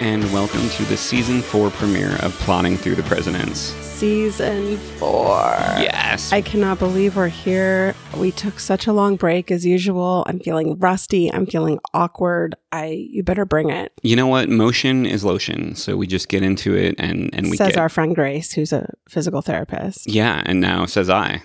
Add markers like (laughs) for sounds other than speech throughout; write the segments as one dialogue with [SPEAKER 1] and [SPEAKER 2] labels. [SPEAKER 1] and welcome to the season four premiere of Plotting Through the Presidents.
[SPEAKER 2] Season four.
[SPEAKER 1] Yes.
[SPEAKER 2] I cannot believe we're here. We took such a long break as usual. I'm feeling rusty. I'm feeling awkward. I you better bring it.
[SPEAKER 1] you know what? Motion is lotion. So we just get into it and, and we
[SPEAKER 2] says
[SPEAKER 1] get.
[SPEAKER 2] our friend Grace, who's a
[SPEAKER 1] (laughs)
[SPEAKER 2] physical therapist. (laughs)
[SPEAKER 1] yeah, and now says I.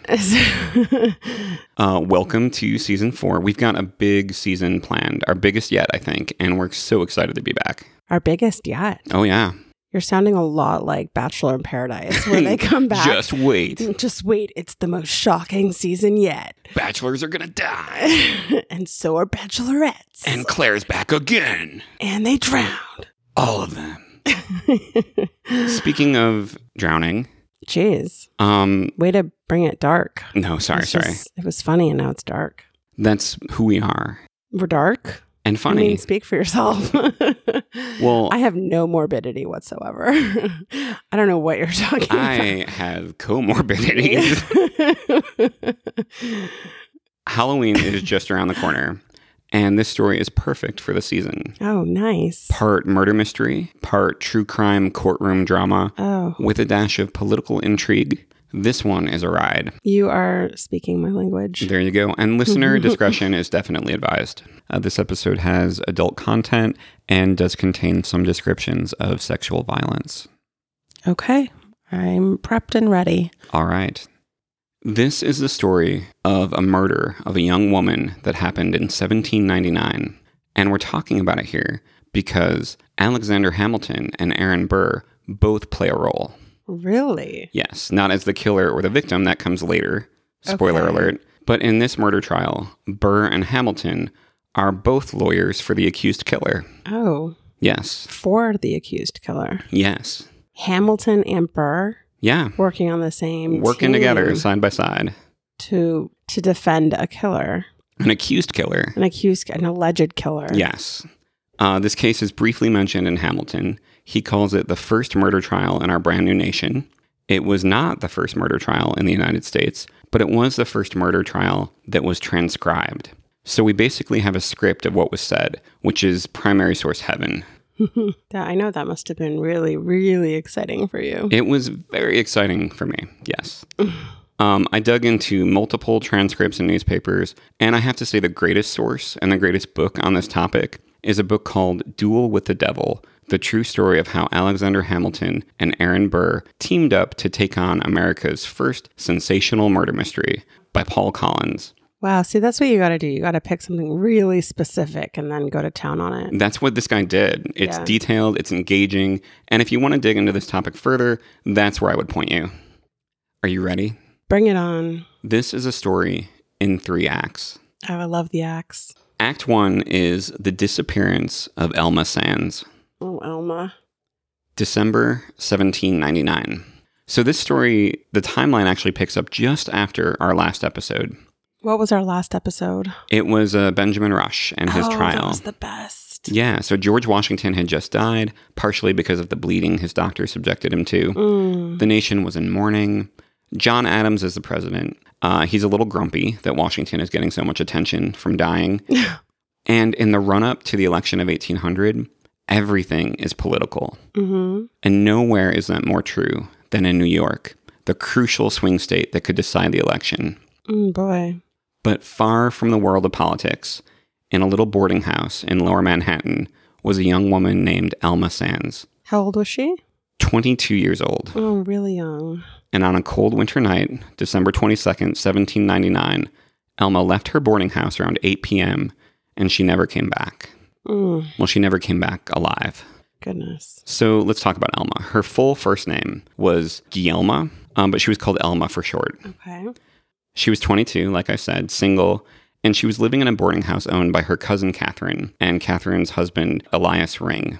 [SPEAKER 1] Uh, welcome to season four. We've got a big season planned, our biggest yet, I think, and we're so excited to be back.
[SPEAKER 2] Our biggest yet.
[SPEAKER 1] Oh, yeah.
[SPEAKER 2] You're sounding a lot like Bachelor in Paradise
[SPEAKER 1] (laughs)
[SPEAKER 2] when they come back.
[SPEAKER 1] Just wait.
[SPEAKER 2] (laughs) Just wait, it's the most shocking season yet. (laughs)
[SPEAKER 1] Bachelors are going to die.
[SPEAKER 2] and so are bachelorettes.
[SPEAKER 1] And Claire's back again.
[SPEAKER 2] and they drowned.
[SPEAKER 1] All of
[SPEAKER 2] (laughs)
[SPEAKER 1] them. Speaking of drowning,
[SPEAKER 2] Jeez.
[SPEAKER 1] um,
[SPEAKER 2] Way to bring it dark.
[SPEAKER 1] no, sorry,
[SPEAKER 2] It's
[SPEAKER 1] sorry.
[SPEAKER 2] just- it was funny and now it's dark.
[SPEAKER 1] That's who we are.
[SPEAKER 2] We're dark.
[SPEAKER 1] And
[SPEAKER 2] I
[SPEAKER 1] funny.
[SPEAKER 2] mean, speak for yourself. (laughs)
[SPEAKER 1] well,
[SPEAKER 2] I have no morbidity whatsoever. (laughs) I don't know what you're talking
[SPEAKER 1] I (laughs) have (laughs) comorbidities.
[SPEAKER 2] about.
[SPEAKER 1] Halloween is just around the corner, and this story is perfect for the season.
[SPEAKER 2] (laughs) oh, nice.
[SPEAKER 1] Part murder mystery, part true crime courtroom drama,
[SPEAKER 2] Oh,
[SPEAKER 1] with a dash of political intrigue. This one is a ride.
[SPEAKER 2] you are speaking my language.
[SPEAKER 1] There you go. And listener discretion is definitely advised. Uh, this episode has adult content and does contain some descriptions of sexual violence.
[SPEAKER 3] Okay. I'm prepped and ready.
[SPEAKER 1] All right. This is the story of a murder of a young woman that happened in 1799. And we're talking about it here because Alexander Hamilton and Aaron Burr both play a role.
[SPEAKER 2] Really?
[SPEAKER 1] Yes, not as the killer or the victim, that comes later. Spoiler
[SPEAKER 3] Okay.
[SPEAKER 1] alert. But in this murder trial, Burr and Hamilton are both lawyers for the accused killer.
[SPEAKER 2] Oh,
[SPEAKER 1] Yes,
[SPEAKER 2] for the accused killer.
[SPEAKER 1] yes,
[SPEAKER 2] Hamilton and Burr
[SPEAKER 1] yeah.
[SPEAKER 2] working on the same
[SPEAKER 1] Working
[SPEAKER 2] team
[SPEAKER 1] together side by side.
[SPEAKER 2] to to defend a killer,
[SPEAKER 1] An accused killer.
[SPEAKER 2] an accused, an alleged killer.
[SPEAKER 1] Yes. Uh, this case is briefly mentioned in Hamilton. He calls it the first murder trial in our brand new nation. It was not the first murder trial in the United States, but it was the first murder trial that was transcribed. So we basically have a script of what was said, which is primary source heaven.
[SPEAKER 2] That I know that must have been really, really exciting for you.
[SPEAKER 1] It was very exciting for me, yes. Um, I dug into multiple transcripts and newspapers, and I have to say the greatest source and the greatest book on this topic is a book called Duel with the Devil The True Story of How Alexander Hamilton and Aaron Burr Teamed Up to Take On America's First Sensational Murder Mystery by Paul Collins.
[SPEAKER 2] Wow. See, that's what you got to do. You got to pick something really specific and then go to town on it.
[SPEAKER 1] That's what this guy did. It's
[SPEAKER 2] Yeah.
[SPEAKER 1] detailed, it's engaging, and if you want to dig into this topic further, that's where I would point you. Are you ready?
[SPEAKER 2] Bring it on.
[SPEAKER 1] This is a story in three acts.
[SPEAKER 2] Oh, I love the axe.
[SPEAKER 1] Act one is the disappearance of Elma Sands,
[SPEAKER 2] Oh, Elma.
[SPEAKER 1] December 1799. So, this story, the timeline actually picks up just after our last episode.
[SPEAKER 2] What was our last episode?
[SPEAKER 1] It was uh, Benjamin Rush and his
[SPEAKER 2] oh,
[SPEAKER 1] trial.
[SPEAKER 2] That was the best.
[SPEAKER 1] yeah, so George Washington had just died, partially because of the bleeding his doctor subjected him to.
[SPEAKER 2] Mm.
[SPEAKER 1] The nation was in mourning. John Adams is the president. Uh, he's a little grumpy that Washington is getting so much attention from dying. and in the run up to the election of 1800, everything is political.
[SPEAKER 2] hmm
[SPEAKER 1] And nowhere is that more true than in New York, the crucial swing state that could decide the election.
[SPEAKER 2] Mm, boy.
[SPEAKER 1] But far from the world of politics, in a little boarding house in lower Manhattan, was a young woman named Elma Sands,
[SPEAKER 2] How old was she?
[SPEAKER 1] 22 years old.
[SPEAKER 2] Oh, really young.
[SPEAKER 1] and on a cold winter night, December 22nd, 1799, Elma left her boarding house around 8 p.m. and she never came back.
[SPEAKER 2] Mm,
[SPEAKER 1] Well, she never came back alive.
[SPEAKER 2] goodness.
[SPEAKER 1] So let's talk about Elma. Her full first name was Guillerma, um, but she was called Elma for short.
[SPEAKER 2] Okay.
[SPEAKER 1] She was 22, like I said, single, and she was living in a boarding house owned by her cousin Catherine and Catherine's husband Elias Ring.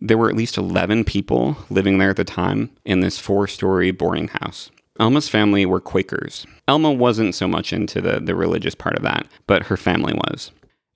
[SPEAKER 1] There were at least 11 people living there at the time in this four story boarding house. Elma's family were Quakers. Elma wasn't so much into the, the religious part of that, but her family was.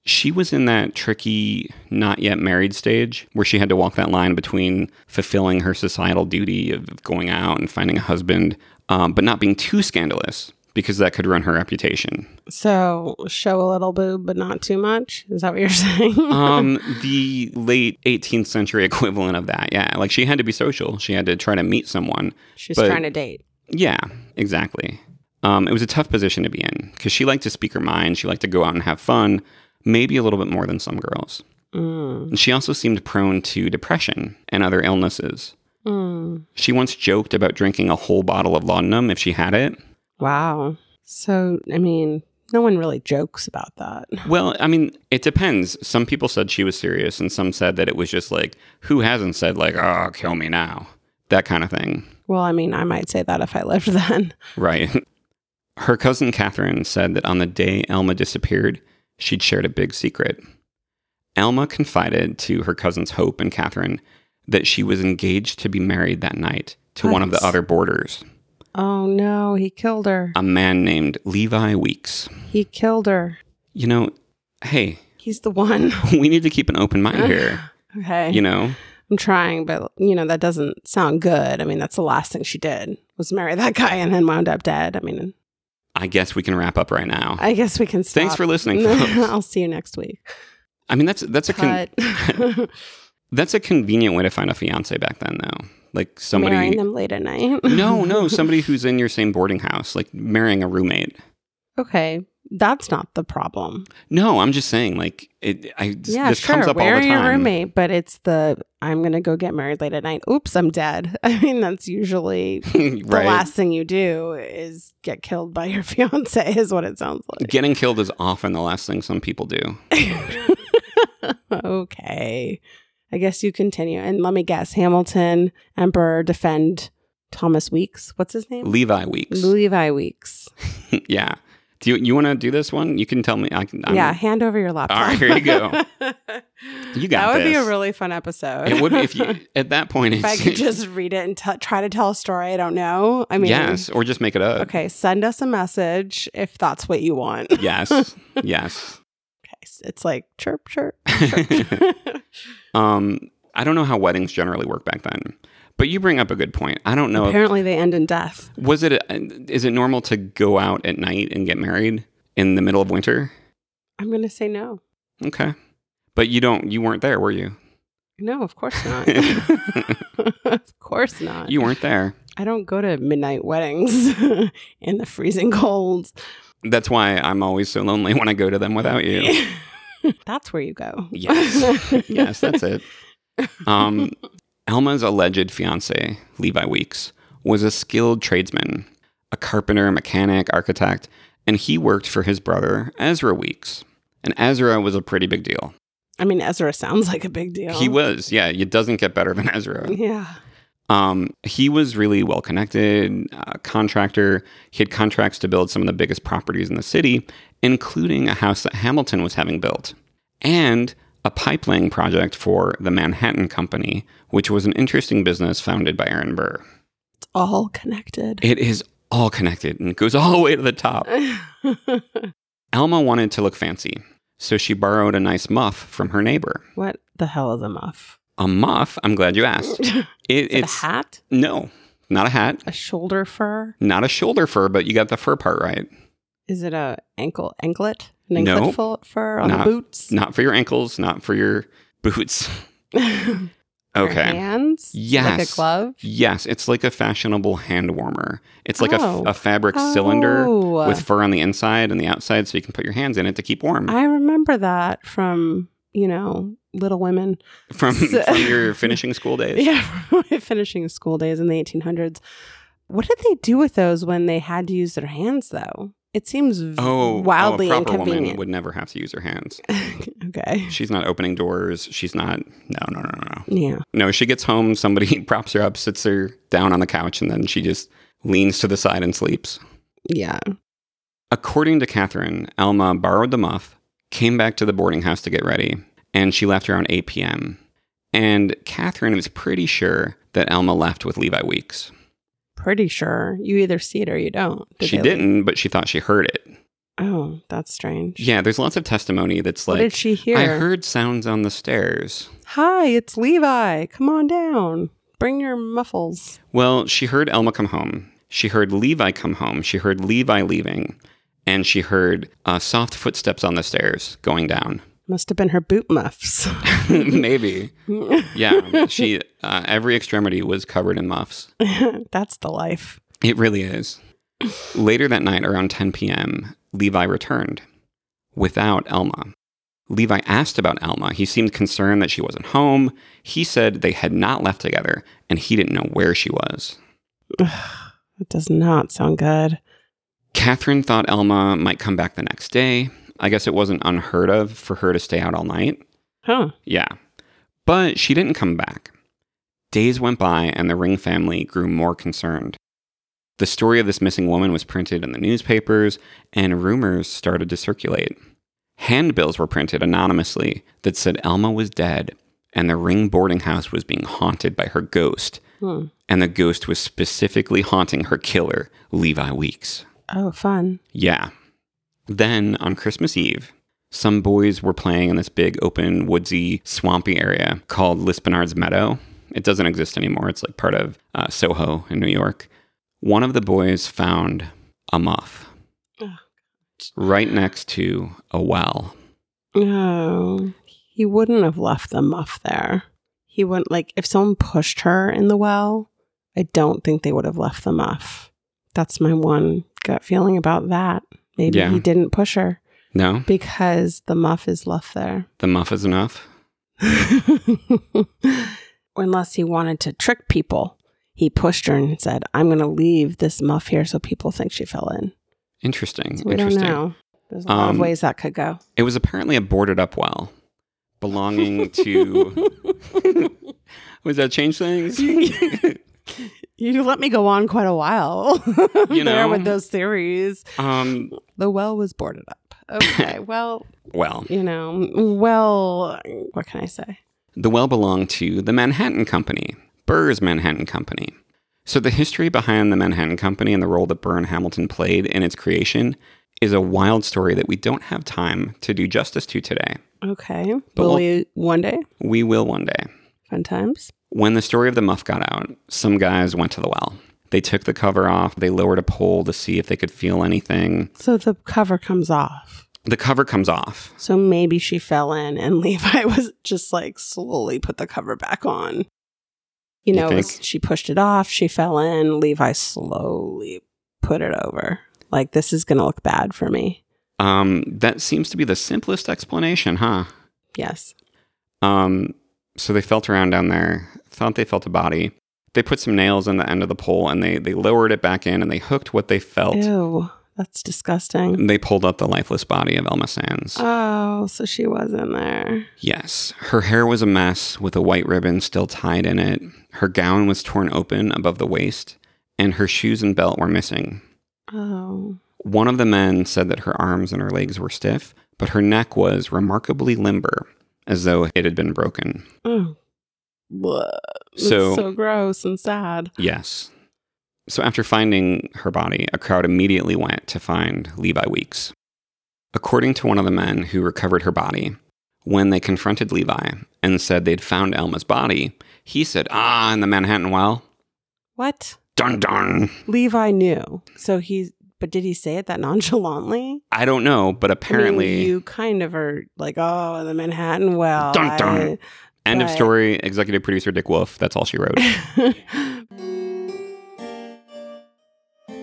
[SPEAKER 1] She was in that tricky, not yet married stage where she had to walk that line between fulfilling her societal duty of going out and finding a husband, um, but not being too scandalous because that could ruin her reputation.
[SPEAKER 2] So show a little boob, but not too much. Is that what you're (laughs) saying?
[SPEAKER 1] um, the late 18th century equivalent of that. Yeah. Like she had to be social. She had to try to meet someone.
[SPEAKER 2] She's
[SPEAKER 1] but-
[SPEAKER 2] trying to date.
[SPEAKER 1] Yeah, exactly. Um, it was a tough position to be in because she liked to speak her mind. She liked to go out and have fun, maybe a little bit more than some girls.
[SPEAKER 2] Mm.
[SPEAKER 1] And she also seemed prone to depression and other illnesses.
[SPEAKER 2] Mm.
[SPEAKER 1] She once joked about drinking a whole bottle of laudanum if she had it.
[SPEAKER 2] Wow. So I mean, no one really jokes about that.
[SPEAKER 1] Well, I mean, it depends. Some people said she was serious, and some said that it was just like, who hasn't said, like, oh, kill me now? That kind of thing. (laughs)
[SPEAKER 2] Well, I mean, I might say that if I lived (laughs) then.
[SPEAKER 1] Right. Her cousin Catherine said that on the day Elma disappeared, she'd shared a big secret. Elma confided to her cousins Hope and Catherine that she was engaged to be married that night to one of the
[SPEAKER 2] What?
[SPEAKER 1] other boarders,
[SPEAKER 2] Oh no, he killed her.
[SPEAKER 1] a man named Levi Weeks.
[SPEAKER 2] He killed her.
[SPEAKER 1] You know, hey, (laughs)
[SPEAKER 2] He's the one. (laughs)
[SPEAKER 1] we need to keep an open mind here.
[SPEAKER 2] Okay.
[SPEAKER 1] You know,
[SPEAKER 2] I'm trying, but you know, that doesn't sound good. I mean, that's the last thing she did was marry that guy and then wound up dead. I mean,
[SPEAKER 1] I guess we can wrap up right now.
[SPEAKER 2] I guess we can stop.
[SPEAKER 1] Thanks for
[SPEAKER 2] (laughs)
[SPEAKER 1] listening, folks.
[SPEAKER 2] I'll see you next week.
[SPEAKER 1] I mean, that's that's a con-
[SPEAKER 2] Cut.
[SPEAKER 1] that's a convenient way to find a fiance back then, though. Like (laughs) somebody
[SPEAKER 2] (laughs) Marrying them late at night.
[SPEAKER 1] No,
[SPEAKER 2] (laughs)
[SPEAKER 1] no, somebody who's in your same boarding house, like marrying a roommate.
[SPEAKER 2] okay. That's not the problem.
[SPEAKER 1] No, I'm just saying, like it. I this-
[SPEAKER 2] yeah,
[SPEAKER 1] this
[SPEAKER 2] sure.
[SPEAKER 1] comes up all the
[SPEAKER 2] marry
[SPEAKER 1] time.
[SPEAKER 2] a
[SPEAKER 1] (laughs)
[SPEAKER 2] roommate, but it's the I'm gonna go get married late at night. Oops, I'm dead. (laughs) I mean, that's usually the
[SPEAKER 1] right?
[SPEAKER 2] last thing you do is get killed by your (laughs) fiance, is what it sounds like.
[SPEAKER 1] Getting killed is often the last thing some people do.
[SPEAKER 2] (laughs) okay. I guess you continue. And let me guess Hamilton, Emperor, defend Thomas Weeks. What's his name?
[SPEAKER 1] Levi Weeks.
[SPEAKER 2] Levi Weeks.
[SPEAKER 1] (laughs) yeah. Do you you want to do this one? You can tell me. I can. I'm,
[SPEAKER 2] yeah, hand over your laptop.
[SPEAKER 1] All right, here you
[SPEAKER 2] (laughs)
[SPEAKER 1] go. You got
[SPEAKER 2] That would be a
[SPEAKER 1] this.
[SPEAKER 2] really fun episode.
[SPEAKER 1] It would be if
[SPEAKER 2] (laughs)
[SPEAKER 1] you at that point.
[SPEAKER 2] If I
[SPEAKER 1] It's, (laughs)
[SPEAKER 2] could just read it and t- try to tell a story I don't know. I mean,
[SPEAKER 1] yes, or just make it up.
[SPEAKER 2] Okay, send us a message if that's what you want. (laughs) Okay,
[SPEAKER 1] Yes. Yes.
[SPEAKER 2] s- it's like chirp, chirp.
[SPEAKER 1] (laughs) um, I don't know how weddings generally work back then, but you bring up a good point. I don't know. if-
[SPEAKER 2] Apparently, they end in death.
[SPEAKER 1] Was it? Is it normal to go out at night and get married in the middle of winter?
[SPEAKER 2] I'm going to say no.
[SPEAKER 1] Okay, but you don't. You weren't there, were you?
[SPEAKER 2] No, of course not. (laughs) of course
[SPEAKER 1] (laughs)
[SPEAKER 2] not.
[SPEAKER 1] You weren't there.
[SPEAKER 2] I don't go to midnight weddings (laughs) in the freezing cold.
[SPEAKER 1] That's why I'm always so lonely when I go to them without
[SPEAKER 2] (laughs)
[SPEAKER 1] you.
[SPEAKER 2] That's where you go. (laughs)
[SPEAKER 1] Yes, yes, that's it. Um, Elma's alleged fiance, Levi Weeks, was a skilled tradesman, a carpenter, mechanic, architect, and he worked for his brother Ezra Weeks. And Ezra was a pretty big deal.
[SPEAKER 2] I mean, Ezra sounds like a big deal.
[SPEAKER 1] He was, yeah. It doesn't get better than Ezra.
[SPEAKER 2] Yeah.
[SPEAKER 1] Um, he was really well connected, uh, contractor. He had contracts to build some of the biggest properties in the city, including a house that Hamilton was having built, and a pipelaying project for the Manhattan Company, which was an interesting business founded by Aaron Burr.
[SPEAKER 2] It's all connected.
[SPEAKER 1] It is all connected and goes all the way to the top.
[SPEAKER 2] (laughs)
[SPEAKER 1] Alma wanted to look fancy, so she borrowed a nice muff from her neighbor.
[SPEAKER 2] what the hell is
[SPEAKER 1] (laughs)
[SPEAKER 2] a muff?
[SPEAKER 1] A muff, I'm glad you
[SPEAKER 2] (laughs)
[SPEAKER 1] asked.
[SPEAKER 2] Is
[SPEAKER 1] It,
[SPEAKER 2] it a
[SPEAKER 1] it's
[SPEAKER 2] hat?
[SPEAKER 1] no, not a hat.
[SPEAKER 2] A shoulder fur?
[SPEAKER 1] Not a shoulder fur, but you got the fur part right.
[SPEAKER 2] Is it a ankle anklet? An
[SPEAKER 1] No.
[SPEAKER 2] anklet full fur on
[SPEAKER 1] Not-
[SPEAKER 2] the boots? (laughs)
[SPEAKER 1] Not for your ankles, not for your boots. (laughs)
[SPEAKER 2] Your
[SPEAKER 1] Okay.
[SPEAKER 2] hands? Like a
[SPEAKER 1] Yes.
[SPEAKER 2] glove?
[SPEAKER 1] Yes, it's like a fashionable hand warmer. It's like a f-
[SPEAKER 2] Oh.
[SPEAKER 1] a, fabric cylinder
[SPEAKER 2] Oh.
[SPEAKER 1] with fur on the inside and the outside so you can put your hands in it to keep warm
[SPEAKER 2] I remember that from, you know, Little Women.
[SPEAKER 1] (laughs)
[SPEAKER 2] (laughs)
[SPEAKER 1] from,
[SPEAKER 2] so-
[SPEAKER 1] from your finishing school days.
[SPEAKER 2] (laughs) Yeah, from my finishing school days in the 1800s. What did they do with those when they had to use their hands, though? It seems v-
[SPEAKER 1] Oh, oh,
[SPEAKER 2] wildly
[SPEAKER 1] a proper woman
[SPEAKER 2] inconvenient.
[SPEAKER 1] would never have to use her hands.
[SPEAKER 2] (laughs) okay.
[SPEAKER 1] She's not opening doors. She's not. No, no, no, no, no.
[SPEAKER 2] Yeah.
[SPEAKER 1] No, she gets home. Somebody (laughs) props her up, sits her down on the couch, and then she just leans to the side and sleeps.
[SPEAKER 2] Yeah.
[SPEAKER 1] According to Catherine, Alma borrowed the muff, came back to the boarding house to get ready, and she left around 8 p.m. And Catherine was pretty sure that Alma left with Levi Weeks.
[SPEAKER 2] Pretty sure. You either see it or you don't. Did
[SPEAKER 1] she
[SPEAKER 2] they leave-
[SPEAKER 1] didn't, but she thought she heard it.
[SPEAKER 2] Oh, that's strange.
[SPEAKER 1] Yeah, there's lots of testimony that's
[SPEAKER 2] what did
[SPEAKER 1] like,
[SPEAKER 2] she hear?
[SPEAKER 1] I heard sounds on the stairs.
[SPEAKER 2] Hi, it's Levi. Come on down. Bring your muffles.
[SPEAKER 1] Well, she heard Elma come home. She heard Levi come home. She heard Levi leaving. And she heard uh, soft footsteps on the stairs going down. (laughs)
[SPEAKER 2] Must have been her boot muffs. (laughs)
[SPEAKER 1] Maybe. Yeah. She, uh, every extremity was covered in muffs.
[SPEAKER 2] That's the life.
[SPEAKER 1] It really is. Later that night, around 10 p.m., Levi returned without Elma. Levi asked about Alma. He seemed concerned that she wasn't home. He said they had not left together and he didn't know where she was.
[SPEAKER 2] That does not sound good.
[SPEAKER 1] Catherine thought Elma might come back the next day. I guess it wasn't unheard of for her to stay out all night.
[SPEAKER 2] Huh.
[SPEAKER 1] Yeah. But she didn't come back. Days went by and the Ring family grew more concerned. The story of this missing woman was printed in the newspapers and rumors started to circulate. Handbills were printed anonymously that said Elma was dead and the Ring boarding house was being haunted by her ghost.
[SPEAKER 2] Hmm.
[SPEAKER 1] And the ghost was specifically haunting her killer, Levi Weeks.
[SPEAKER 2] Oh, fun.
[SPEAKER 1] Yeah. Then on Christmas Eve, some boys were playing in this big open woodsy swampy area called Lispinard's Meadow. It doesn't exist anymore. It's like part of uh, Soho in New York. One of the boys found a muff right next to a well.
[SPEAKER 2] Oh, he wouldn't have left the muff there. He wouldn't like if someone pushed her in the well. I don't think they would have left the muff. That's my one gut feeling about that. Maybe
[SPEAKER 1] Yeah.
[SPEAKER 2] he didn't push her
[SPEAKER 1] No,
[SPEAKER 2] because the muff is left there. (laughs)
[SPEAKER 1] the muff is enough.
[SPEAKER 2] Unless he wanted to trick people, he pushed her and said, "I'm going to leave this muff here so people think she fell in."
[SPEAKER 1] Interesting.
[SPEAKER 2] So we don't
[SPEAKER 1] interesting.
[SPEAKER 2] know. There's a lot
[SPEAKER 1] Um,
[SPEAKER 2] of ways that could go. (laughs)
[SPEAKER 1] It was apparently a boarded up well belonging
[SPEAKER 2] (laughs)
[SPEAKER 1] to. was that change things?
[SPEAKER 2] You let me go on quite a while (laughs)
[SPEAKER 1] You
[SPEAKER 2] there
[SPEAKER 1] know.
[SPEAKER 2] with those theories.
[SPEAKER 1] um,
[SPEAKER 2] The well was boarded up. (laughs) Okay, well,
[SPEAKER 1] well,
[SPEAKER 2] you know, well, what can I say?
[SPEAKER 1] The well belonged to the Manhattan Company, Burr's Manhattan Company. So, the history behind the Manhattan Company and the role that Burr and Hamilton played in its creation is a wild story that we don't have time to do justice to today.
[SPEAKER 2] Okay,
[SPEAKER 1] But
[SPEAKER 2] will
[SPEAKER 1] we'll-
[SPEAKER 2] we one day?
[SPEAKER 1] We will one day.
[SPEAKER 2] Fun times.
[SPEAKER 1] When the story of the muff got out, some guys went to the well. They took the cover off, they lowered a pole to see if they could feel anything.
[SPEAKER 2] So the cover comes off.
[SPEAKER 1] The cover comes off.
[SPEAKER 2] So maybe she fell in, and (laughs) Levi was just like slowly put the cover back on. You
[SPEAKER 1] You
[SPEAKER 2] know, it was-
[SPEAKER 1] think?
[SPEAKER 2] she pushed it off. She fell in. Levi slowly put it over. Like this is going to look bad for me.
[SPEAKER 1] Um, that seems to be the simplest explanation, huh?
[SPEAKER 2] Yes.
[SPEAKER 1] Um, so they felt around down there, thought they felt a body. They put some nails on the end of the pole and they, they lowered it back in and they hooked what they felt.
[SPEAKER 2] Ew, that's disgusting.
[SPEAKER 1] And They pulled up the lifeless body of Elma Sands.
[SPEAKER 2] Oh, so she was in there.
[SPEAKER 1] yes. Her hair was a mess with a white ribbon still tied in it. Her gown was torn open above the waist and her shoes and belt were missing.
[SPEAKER 2] Oh,
[SPEAKER 1] One of the men said that her arms and her legs were stiff, but her neck was remarkably limber, as though it had been broken.
[SPEAKER 2] oh, Blah. That's
[SPEAKER 1] So-
[SPEAKER 2] so gross and sad.
[SPEAKER 1] Yes. So after finding her body, a crowd immediately went to find Levi Weeks. According to one of the men who recovered her body, when they confronted Levi and said they'd found Elma's body, he said, Ah, in the Manhattan Well.
[SPEAKER 2] What
[SPEAKER 1] Dun dun.
[SPEAKER 2] Levi knew, so he. But did he say it that (laughs) nonchalantly?
[SPEAKER 1] I don't know, but
[SPEAKER 2] I mean,
[SPEAKER 1] apparently,
[SPEAKER 2] you kind of are like, oh, in the Manhattan. Well,
[SPEAKER 1] Dun, dun. end of
[SPEAKER 2] but-
[SPEAKER 1] story, executive producer Dick Wolf, that's all she
[SPEAKER 2] (laughs)
[SPEAKER 1] wrote.
[SPEAKER 2] I-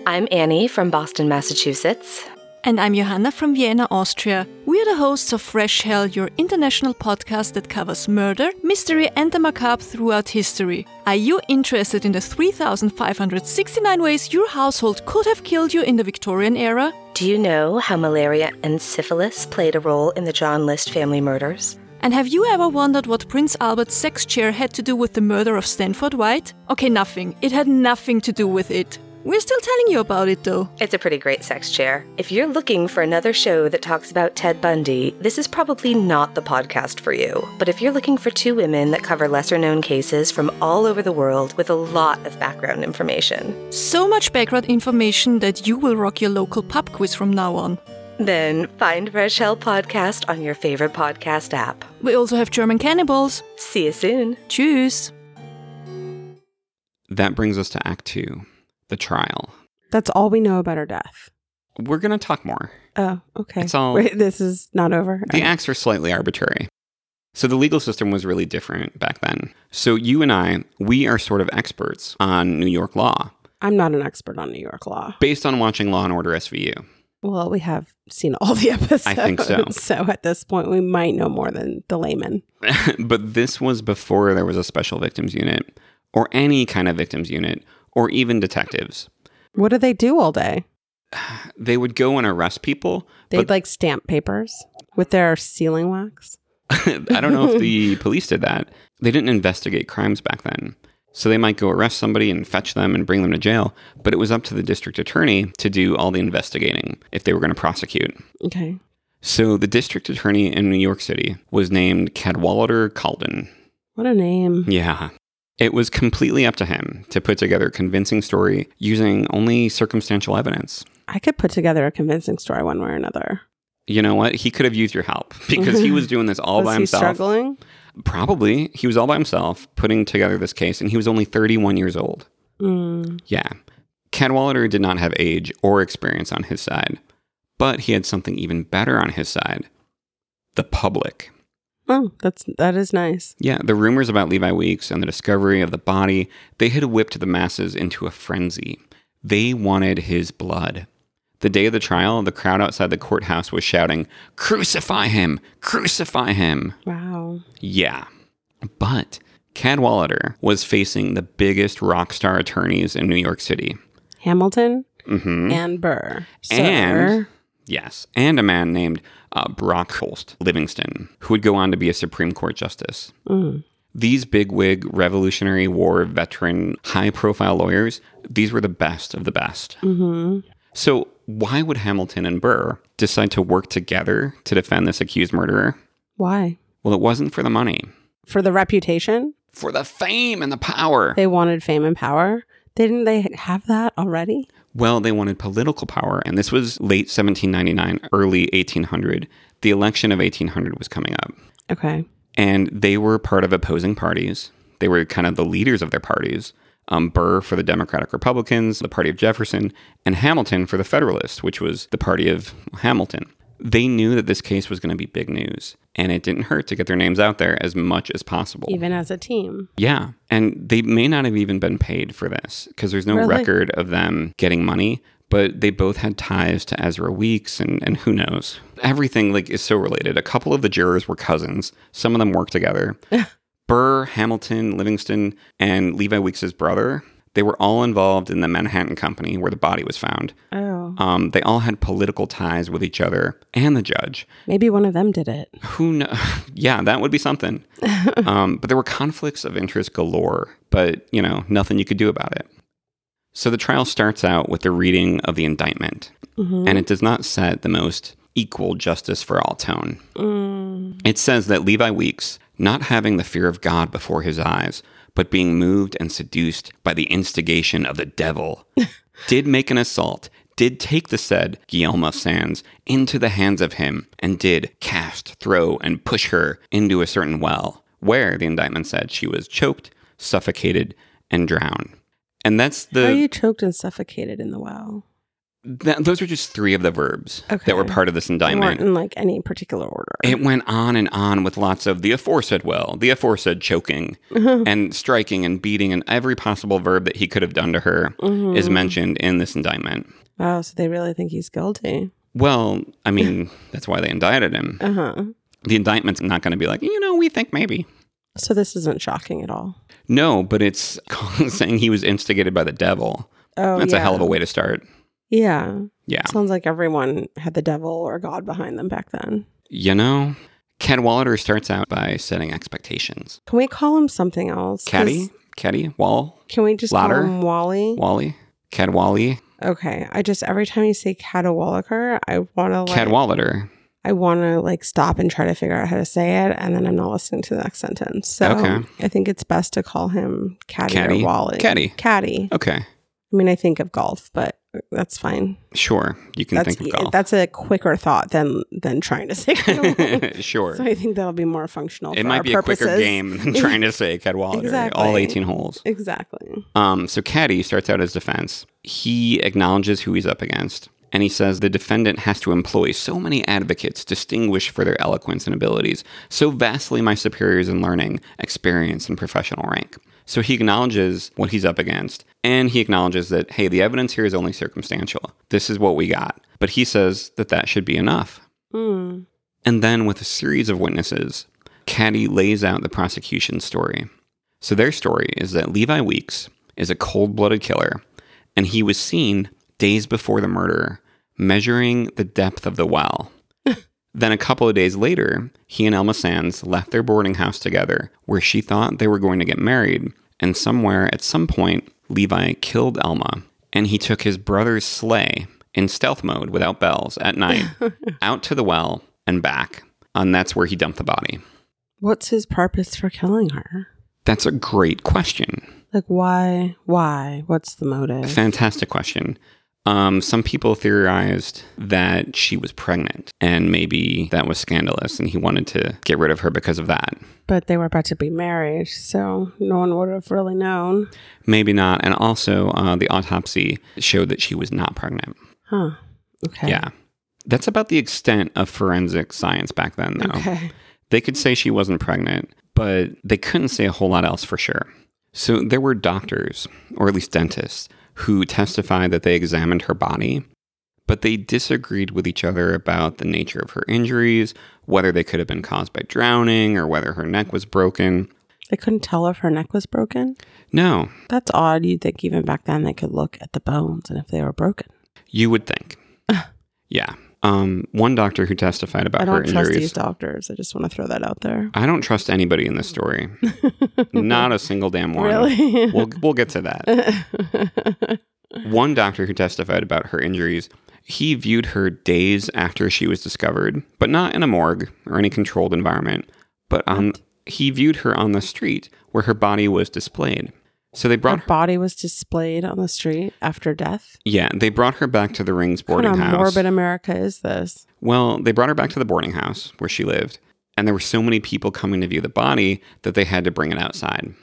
[SPEAKER 4] I'm Annie from Boston, Massachusetts.
[SPEAKER 5] And I'm Johanna from Vienna, Austria. We're the hosts of Fresh Hell, your international podcast that covers murder, mystery, and the macabre throughout history. Are you interested in the 3,569 ways your household could have killed you in the Victorian era?
[SPEAKER 4] Do you know how malaria and syphilis played a role in the John List family murders?
[SPEAKER 5] And have you ever wondered what Prince Albert's sex chair had to do with the murder of Stanford White? Okay, nothing. It had nothing to do with it. We're still telling you about it though.
[SPEAKER 4] It's a pretty great sex chair. If you're looking for another show that talks about Ted Bundy, this is probably not the podcast for you. But if you're looking for two women that cover lesser known cases from all over the world with a lot of background information,
[SPEAKER 5] So much background information that you will rock your local pub quiz from now on.
[SPEAKER 4] then find Fresh Hell Podcast on your favorite podcast app.
[SPEAKER 5] We also have German cannibals.
[SPEAKER 4] See you soon.
[SPEAKER 5] Tschüss.
[SPEAKER 1] that brings us to Act Two, the trial.
[SPEAKER 2] (laughs) That's all we know about her death.
[SPEAKER 1] We're going to talk more.
[SPEAKER 2] Oh, okay.
[SPEAKER 1] It's all-
[SPEAKER 2] Wait, this is not over.
[SPEAKER 1] The acts are slightly arbitrary. So the legal system was really different back then. So you and I, we are sort of experts on New York law
[SPEAKER 2] I'm not an expert on New York law.
[SPEAKER 1] based on watching Law and Order SVU.
[SPEAKER 2] Well, we have seen all the (laughs) episodes.
[SPEAKER 1] think so.
[SPEAKER 2] So at this point, we might know more than the layman.
[SPEAKER 1] (laughs) but this was before there was a special victims unit or any kind of victims unit or even detectives.
[SPEAKER 2] What do they do all day?
[SPEAKER 1] They would go and arrest people.
[SPEAKER 2] They
[SPEAKER 1] but
[SPEAKER 2] like stamp papers with their sealing wax.
[SPEAKER 1] (laughs) I don't know if
[SPEAKER 2] (laughs)
[SPEAKER 1] the police did that. They didn't investigate crimes back then. So they might go arrest somebody and fetch them and bring them to jail, but it was up to the district attorney to do all the investigating if they were going to prosecute.
[SPEAKER 2] Okay.
[SPEAKER 1] So the district attorney in New York City was named Cadwallader Calden.
[SPEAKER 2] What a name.
[SPEAKER 1] Yeah. It was completely up to him to put together a convincing story using only circumstantial evidence.
[SPEAKER 2] I could put together a convincing story one way or another.
[SPEAKER 1] You know what? He could have used your help (laughs) because he was doing this all
[SPEAKER 2] Was
[SPEAKER 1] by
[SPEAKER 2] he
[SPEAKER 1] himself.
[SPEAKER 2] struggling?
[SPEAKER 1] Probably. He was all by himself putting together this case and he was only 31 years old.
[SPEAKER 2] Mm.
[SPEAKER 1] Yeah. Cadwallader did not have age or experience on his side, but he had something even better on his side the public.
[SPEAKER 2] Oh, that's that is nice.
[SPEAKER 1] Yeah, the rumors about Levi Weeks and the discovery of the body, they had whipped the masses into a frenzy. They wanted his blood. The day of the trial, the crowd outside the courthouse was shouting, Crucify him! Crucify him!
[SPEAKER 2] Wow.
[SPEAKER 1] Yeah. But Cadwallader was facing the biggest rock star attorneys in New York City.
[SPEAKER 2] Hamilton
[SPEAKER 1] hmm
[SPEAKER 2] and Burr.
[SPEAKER 1] And-
[SPEAKER 2] Sir.
[SPEAKER 1] Yes, and a man named uh, Brock Holst Livingston, who would go on to be a Supreme Court justice.
[SPEAKER 2] Mm.
[SPEAKER 1] These bigwig Revolutionary War veteran high profile lawyers, these were the best of the best.
[SPEAKER 2] hmm
[SPEAKER 1] So, why would Hamilton and Burr decide to work together to defend this accused murderer?
[SPEAKER 2] Why?
[SPEAKER 1] Well, it wasn't for the money,
[SPEAKER 2] For the reputation?
[SPEAKER 1] for the fame and the power.
[SPEAKER 2] They wanted fame and power. Didn't they have that already?
[SPEAKER 1] Well, they wanted political power, and this was late 1799, early 1800. The election of 1800 was coming up,
[SPEAKER 2] Okay.
[SPEAKER 1] and they were part of opposing parties. They were kind of the leaders of their parties. Um, Burr for the Democratic Republicans, the party of Jefferson, and Hamilton for the Federalists, which was the party of Hamilton. They knew that this case was going to be big news, and it didn't hurt to get their names out there as much as possible.
[SPEAKER 2] Even as a team.
[SPEAKER 1] Yeah. And they may not have even been paid for this because there's no
[SPEAKER 2] Really?
[SPEAKER 1] record of them getting money, but they both had ties to Ezra Weeks and, and who knows. Everything like is so related. A couple of the jurors were cousins. Some of them worked together. Burr, Hamilton, Livingston, and Levi Weeks' brother, they were all involved in the Manhattan Company where the body was found.
[SPEAKER 2] Oh.
[SPEAKER 1] Um, they all had political ties with each other and the judge
[SPEAKER 2] Maybe one of them did it.
[SPEAKER 1] who knows? (laughs) yeah, that would be something. um, but there were conflicts of interest galore, but you know, nothing you could do about it. So the trial starts out with the reading of the indictment, and it does not set the most equal justice for all tone.
[SPEAKER 2] Mm.
[SPEAKER 1] It says that Levi Weeks, not having the fear of God before his eyes, but being moved and seduced by the instigation of the
[SPEAKER 2] (laughs)
[SPEAKER 1] devil, did make an assault, did take the said Guillermo Sands into the hands of him, and did cast, throw, and push her into a certain well, where the indictment said she was choked, suffocated, and drowned. And that's
[SPEAKER 2] How are
[SPEAKER 1] the
[SPEAKER 2] you choked and suffocated in the well?
[SPEAKER 1] that, those are just three of the verbs
[SPEAKER 2] Okay.
[SPEAKER 1] that were part of this
[SPEAKER 2] They
[SPEAKER 1] indictment.
[SPEAKER 2] weren't in like any particular order.
[SPEAKER 1] It went on and on with lots of the aforesaid well, the aforesaid
[SPEAKER 2] (laughs)
[SPEAKER 1] choking, and striking and beating, and every possible verb that he could have done to her is
[SPEAKER 2] Mm-hmm.
[SPEAKER 1] mentioned in this indictment.
[SPEAKER 2] wow, so they really think he's guilty.
[SPEAKER 1] Well, I
[SPEAKER 2] (laughs)
[SPEAKER 1] mean, that's why they indicted him.
[SPEAKER 2] Uh huh.
[SPEAKER 1] The indictment's not going to be like, you know, we think maybe.
[SPEAKER 2] So this isn't shocking at all.
[SPEAKER 1] No, but it's (laughs) saying he was instigated by the devil.
[SPEAKER 2] Oh,
[SPEAKER 1] that's
[SPEAKER 2] yeah.
[SPEAKER 1] a hell of a way to start.
[SPEAKER 2] Yeah.
[SPEAKER 1] Yeah.
[SPEAKER 2] Sounds like everyone had the devil or God behind them back then.
[SPEAKER 1] You know, Cadwallader starts out by setting expectations.
[SPEAKER 2] Can we call him something else? 'Cause-
[SPEAKER 1] Caddy, Caddy, Wall,
[SPEAKER 2] Can we just
[SPEAKER 1] Louder?
[SPEAKER 2] call him Wally?
[SPEAKER 1] Wally, Cadwally,
[SPEAKER 2] Okay. I just every time you say Catawalker, I want to like
[SPEAKER 1] Cadwallader.
[SPEAKER 2] I want to like stop and try to figure out how to say it, and then I'm not listening to the next sentence. So
[SPEAKER 1] Okay.
[SPEAKER 2] I think it's best to call him Caddy,
[SPEAKER 1] Caddy?
[SPEAKER 2] or Wally.
[SPEAKER 1] Caddy.
[SPEAKER 2] Caddy.
[SPEAKER 1] Okay.
[SPEAKER 2] I mean, I think of golf, but that's fine.
[SPEAKER 1] Sure, you can
[SPEAKER 2] That's e,
[SPEAKER 1] think of golf.
[SPEAKER 2] that's a quicker thought than than trying to
[SPEAKER 1] (laughs)
[SPEAKER 2] say. Catwalk.
[SPEAKER 1] sure.
[SPEAKER 2] (laughs) so I think that'll be more functional.
[SPEAKER 1] it
[SPEAKER 2] for
[SPEAKER 1] might
[SPEAKER 2] our
[SPEAKER 1] be
[SPEAKER 2] purposes.
[SPEAKER 1] a quicker game than trying to say Cadwallader, all
[SPEAKER 2] Exactly.
[SPEAKER 1] 18 holes.
[SPEAKER 2] (laughs) Exactly.
[SPEAKER 1] Um, so Caddy starts out his defense. He acknowledges who he's up against, and he says the defendant has to employ so many advocates distinguished for their eloquence and abilities, so vastly my superiors in learning, experience, and professional rank. So he acknowledges what he's up against, and he acknowledges that, hey, the evidence here is only circumstantial. This is what we got. But he says that that should be enough.
[SPEAKER 2] Mm.
[SPEAKER 1] And then, with a series of witnesses, Caddy lays out the prosecution's story. So, their story is that Levi Weeks is a cold blooded killer, and he was seen days before the murder measuring the depth of the well. then, a couple of days later, he and Elma Sands left their boarding house together, where she thought they were going to get married. And somewhere at some point, Levi killed Elma, and he took his brother's sleigh in stealth mode without bells at night out to the well and back. And that's where he dumped the body.
[SPEAKER 2] What's his purpose for killing her?
[SPEAKER 1] That's a great question.
[SPEAKER 2] Like why? Why? What's the
[SPEAKER 1] A
[SPEAKER 2] motive?
[SPEAKER 1] fantastic question. Um, some people theorized that she was pregnant and maybe that was scandalous and he wanted to get rid of her because of that.
[SPEAKER 2] But they were about to be married, so no one would have really known.
[SPEAKER 1] Maybe not. And also, uh, the autopsy showed that she was not pregnant.
[SPEAKER 2] Huh. Okay.
[SPEAKER 1] Yeah. That's about the extent of forensic science back then, though.
[SPEAKER 2] Okay.
[SPEAKER 1] They could say she wasn't pregnant, but they couldn't say a whole lot else for sure. So there were doctors, or at least dentists, who testified that they examined her body, but they disagreed with each other about the nature of her injuries, whether they could have been caused by drowning, or whether her neck was broken.
[SPEAKER 2] They couldn't tell if her neck was broken.
[SPEAKER 1] No,
[SPEAKER 2] That's odd. You'd think even back then they could look at the bones and if they were broken.
[SPEAKER 1] you would think. yeah. Um, one doctor who testified about
[SPEAKER 2] I
[SPEAKER 1] her
[SPEAKER 2] don't trust
[SPEAKER 1] injuries.
[SPEAKER 2] these doctors. I just want to throw that
[SPEAKER 1] (laughs)
[SPEAKER 2] out there.
[SPEAKER 1] I don't trust anybody in this
[SPEAKER 2] (laughs)
[SPEAKER 1] story. Not a single damn one.
[SPEAKER 2] Really?
[SPEAKER 1] We'll, we'll get to
[SPEAKER 2] (laughs)
[SPEAKER 1] that. One doctor who testified about her injuries, he viewed her days after she was discovered, but not in a morgue or any controlled environment, but on he viewed her on the street where her body was displayed. So they brought
[SPEAKER 2] her
[SPEAKER 1] her,
[SPEAKER 2] body was displayed on the street after death.
[SPEAKER 1] yeah, they brought her back to the Rings
[SPEAKER 2] What
[SPEAKER 1] boarding
[SPEAKER 2] kind of
[SPEAKER 1] house.
[SPEAKER 2] morbid America is this?
[SPEAKER 1] Well, they brought her back to the boarding house where she lived, and there were so many people coming to view the body that they had to bring it outside.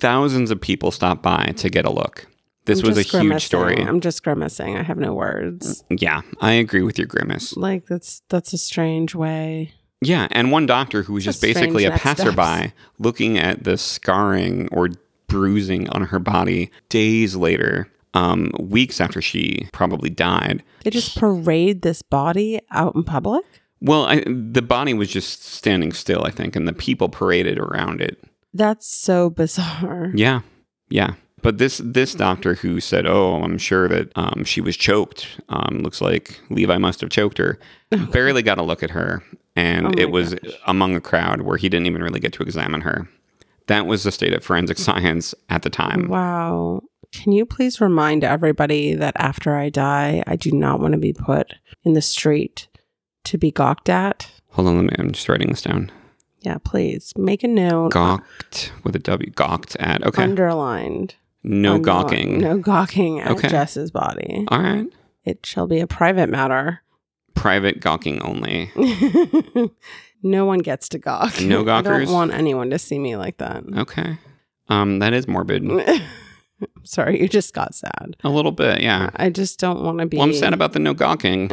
[SPEAKER 1] Thousands of people stopped by to get a look. This
[SPEAKER 2] I'm
[SPEAKER 1] was a
[SPEAKER 2] just
[SPEAKER 1] huge
[SPEAKER 2] grimacing.
[SPEAKER 1] story.
[SPEAKER 2] I'm just grimacing. I have no words.
[SPEAKER 1] Yeah, I agree with your grimace.
[SPEAKER 2] Like that's that's a strange way.
[SPEAKER 1] Yeah, and one doctor who was
[SPEAKER 2] Just
[SPEAKER 1] just basically
[SPEAKER 2] strange
[SPEAKER 1] a
[SPEAKER 2] next steps.
[SPEAKER 1] passerby looking at the scarring or bruising on her body days later, um, weeks after she probably died. (sighs)
[SPEAKER 2] They just parade this body out in public.
[SPEAKER 1] Well, I, the body was just standing still, I think, and the people paraded around it.
[SPEAKER 2] That's so bizarre.
[SPEAKER 1] Yeah, yeah. But this this doctor who said, "Oh, I'm sure that um, she was choked. Um, looks like Levi must have choked
[SPEAKER 2] (laughs)
[SPEAKER 1] her." barely got a look at her, and
[SPEAKER 2] Oh my
[SPEAKER 1] it was among a crowd where he didn't even really get to examine her. That was the state of forensic (laughs) science at the time.
[SPEAKER 2] Wow. Can you please remind everybody that after I die, I do not want to be put in the street to be gawked at?
[SPEAKER 1] Hold on, let me. I'm just writing this down.
[SPEAKER 2] Yeah, please make a note.
[SPEAKER 1] Gawked with a W. Gawked at. Okay.
[SPEAKER 2] Underlined.
[SPEAKER 1] no
[SPEAKER 2] Underli-
[SPEAKER 1] gawking.
[SPEAKER 2] No gawking at
[SPEAKER 1] Okay. Uh.
[SPEAKER 2] Jess's body.
[SPEAKER 1] All right.
[SPEAKER 2] It shall be a private matter. (laughs)
[SPEAKER 1] Private gawking only.
[SPEAKER 2] no one gets to gawk.
[SPEAKER 1] No
[SPEAKER 2] I
[SPEAKER 1] gawkers? Oh.
[SPEAKER 2] don't want anyone to see me like that.
[SPEAKER 1] Okay. Um, that is
[SPEAKER 2] (laughs)
[SPEAKER 1] morbid.
[SPEAKER 2] Sorry, you just got sad.
[SPEAKER 1] A little bit, yeah.
[SPEAKER 2] I just don't want to be.
[SPEAKER 1] Ah. Well, I'm sad about the no gawking.
[SPEAKER 2] (laughs)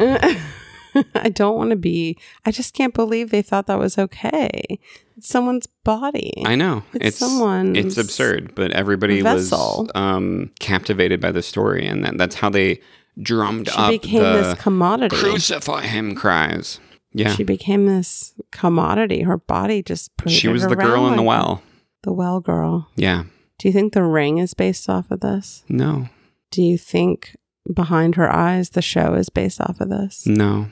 [SPEAKER 2] I don't want to be. I just can't believe they thought that was okay. It's someone's body.
[SPEAKER 1] I know
[SPEAKER 2] It's someone's
[SPEAKER 1] It's absurd, but everybody
[SPEAKER 2] vessel.
[SPEAKER 1] was um, captivated by the story, and that, that's how they drummed
[SPEAKER 2] she
[SPEAKER 1] up
[SPEAKER 2] became
[SPEAKER 1] the
[SPEAKER 2] this commodity.
[SPEAKER 1] "Crucify him!" cries. Yeah,
[SPEAKER 2] She
[SPEAKER 1] she,
[SPEAKER 2] became this commodity. Her body just. paraded
[SPEAKER 1] was the girl
[SPEAKER 2] around
[SPEAKER 1] in the
[SPEAKER 2] like
[SPEAKER 1] well.
[SPEAKER 2] The well girl.
[SPEAKER 1] Yeah,
[SPEAKER 2] Do you think the ring is based off of this?
[SPEAKER 1] no,
[SPEAKER 2] Do you think behind her eyes the show is based off of this?
[SPEAKER 1] no,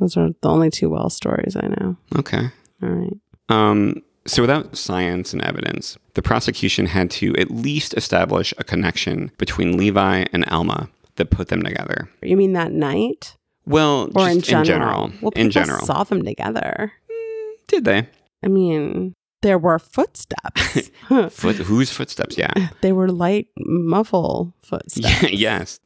[SPEAKER 2] Those are the only two well stories I know.
[SPEAKER 1] okay.
[SPEAKER 2] All right.
[SPEAKER 1] Um, so, without science and evidence, the prosecution had to at least establish a connection between Levi and Alma that put them together.
[SPEAKER 2] You mean that night
[SPEAKER 1] Well,
[SPEAKER 2] or
[SPEAKER 1] just
[SPEAKER 2] in general?
[SPEAKER 1] in general,
[SPEAKER 2] Well, people
[SPEAKER 1] in general,
[SPEAKER 2] (laughs) saw them together.
[SPEAKER 1] did they?
[SPEAKER 2] I mean, There
[SPEAKER 1] (laughs)
[SPEAKER 2] were footsteps. (laughs)
[SPEAKER 1] Foot, whose footsteps? Yeah.
[SPEAKER 2] they were light muffle footsteps.
[SPEAKER 1] Yeah, (laughs) yes.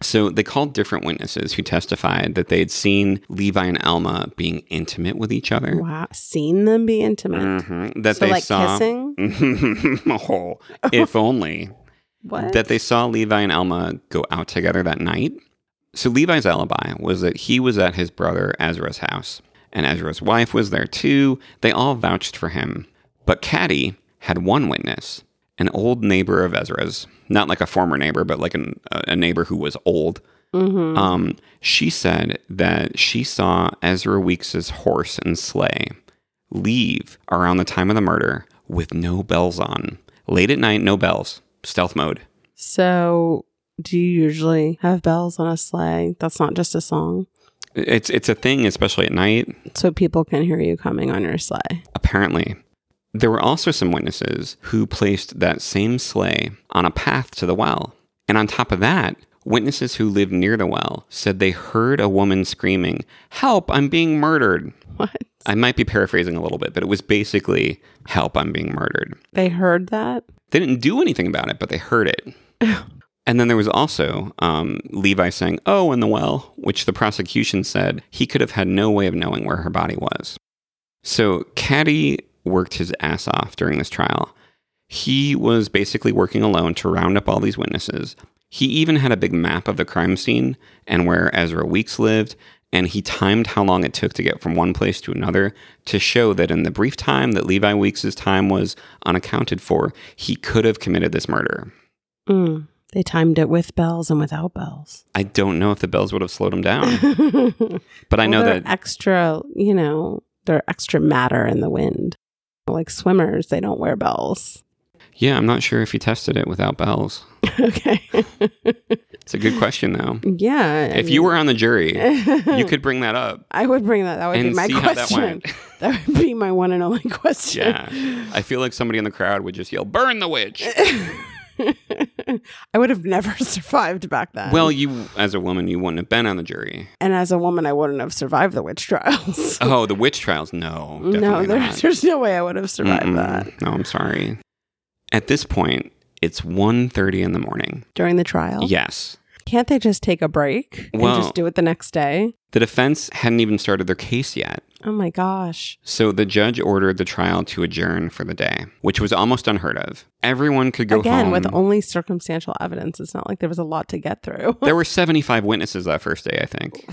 [SPEAKER 1] So they called different witnesses who testified that they had seen Levi and Alma being intimate with each other.
[SPEAKER 2] Wow. Seen them be intimate.
[SPEAKER 1] Mhm. That
[SPEAKER 2] so
[SPEAKER 1] they
[SPEAKER 2] like
[SPEAKER 1] saw.
[SPEAKER 2] kissing?
[SPEAKER 1] (laughs) oh, if only
[SPEAKER 2] What?
[SPEAKER 1] that they saw Levi and Alma go out together that night. So Levi's alibi was that he was at his brother Ezra's house, and Ezra's wife was there too. They all vouched for him. But Caddy had one witness, an old neighbor of Ezra's, not like a former neighbor, but like an, a a neighbor who was old. Um, she said that she saw Ezra Weeks's horse and sleigh leave around the time of the murder with no bells on. Late at night, no bells, stealth mode.
[SPEAKER 2] so do you usually have bells on a sleigh? That's not just a song.
[SPEAKER 1] It's it's a thing, especially at night.
[SPEAKER 2] So people can hear you coming on your sleigh. (laughs)
[SPEAKER 1] Apparently, there were also some witnesses who placed that same sleigh on a path to the well, and on top of that, witnesses who lived near the well said they heard a woman screaming, "Help! I'm being murdered!"
[SPEAKER 2] What?
[SPEAKER 1] I might be paraphrasing a little bit, but it was basically, "Help! I'm being murdered."
[SPEAKER 2] They heard that?
[SPEAKER 1] They didn't do anything about it, but they heard it. and then there was also um, Levi saying, Oh, in the well, which the prosecution said he could have had no way of knowing where her body was. So Caddy worked his ass off during this trial. He was basically working alone to round up all these witnesses. He even had a big map of the crime scene and where Ezra Weeks lived, and he timed how long it took to get from one place to another to show that in the brief time that Levi Weeks' time was unaccounted for, he could have committed this murder.
[SPEAKER 6] Mm. They timed it with bells and without
[SPEAKER 1] (laughs)
[SPEAKER 6] bells.
[SPEAKER 1] I don't know if the bells would have slowed him
[SPEAKER 2] (laughs)
[SPEAKER 1] down,
[SPEAKER 2] but
[SPEAKER 1] but I know that
[SPEAKER 2] (laughs) extra, you know, they're extra matter in the wind. Like swimmers, they don't wear bells.
[SPEAKER 1] yeah, I'm not sure if he tested it without bells.
[SPEAKER 2] okay. (laughs)
[SPEAKER 1] It's a good question though.
[SPEAKER 2] yeah. (laughs) I
[SPEAKER 1] If you
[SPEAKER 2] mean-
[SPEAKER 1] were on the
[SPEAKER 2] (laughs)
[SPEAKER 1] jury, you could bring that up
[SPEAKER 2] I would bring that. That would be
[SPEAKER 1] and
[SPEAKER 2] my
[SPEAKER 1] see how that
[SPEAKER 2] question. (laughs)
[SPEAKER 1] went. (laughs)
[SPEAKER 2] That, would be my one and only question.
[SPEAKER 1] yeah. I feel like somebody in the crowd would just yell, "Burn the witch."
[SPEAKER 2] (laughs) I would have never (laughs) survived back then.
[SPEAKER 1] Well, you as a woman, you wouldn't have been on the jury.
[SPEAKER 2] and as a woman, I wouldn't have survived the witch trials.
[SPEAKER 1] Oh, the witch trials? No,
[SPEAKER 2] (laughs) no,
[SPEAKER 1] definitely
[SPEAKER 2] there,
[SPEAKER 1] not.
[SPEAKER 2] there's no way I would have survived
[SPEAKER 1] Mm-mm.
[SPEAKER 2] that
[SPEAKER 1] No, I'm sorry. At this point, it's 1.30 in the morning.
[SPEAKER 2] during the trial.
[SPEAKER 1] Yes.
[SPEAKER 2] Can't they just take a break
[SPEAKER 1] Well-
[SPEAKER 2] and just do it the next day?
[SPEAKER 1] The defense hadn't even started their case yet,
[SPEAKER 2] Oh my gosh.
[SPEAKER 1] so the judge ordered the trial to adjourn for the day, which was almost unheard of. Everyone could go
[SPEAKER 2] Again,
[SPEAKER 1] home.
[SPEAKER 2] with only circumstantial evidence, it's not like there was a lot to get through. (laughs)
[SPEAKER 1] there were 75 witnesses that first day, I think,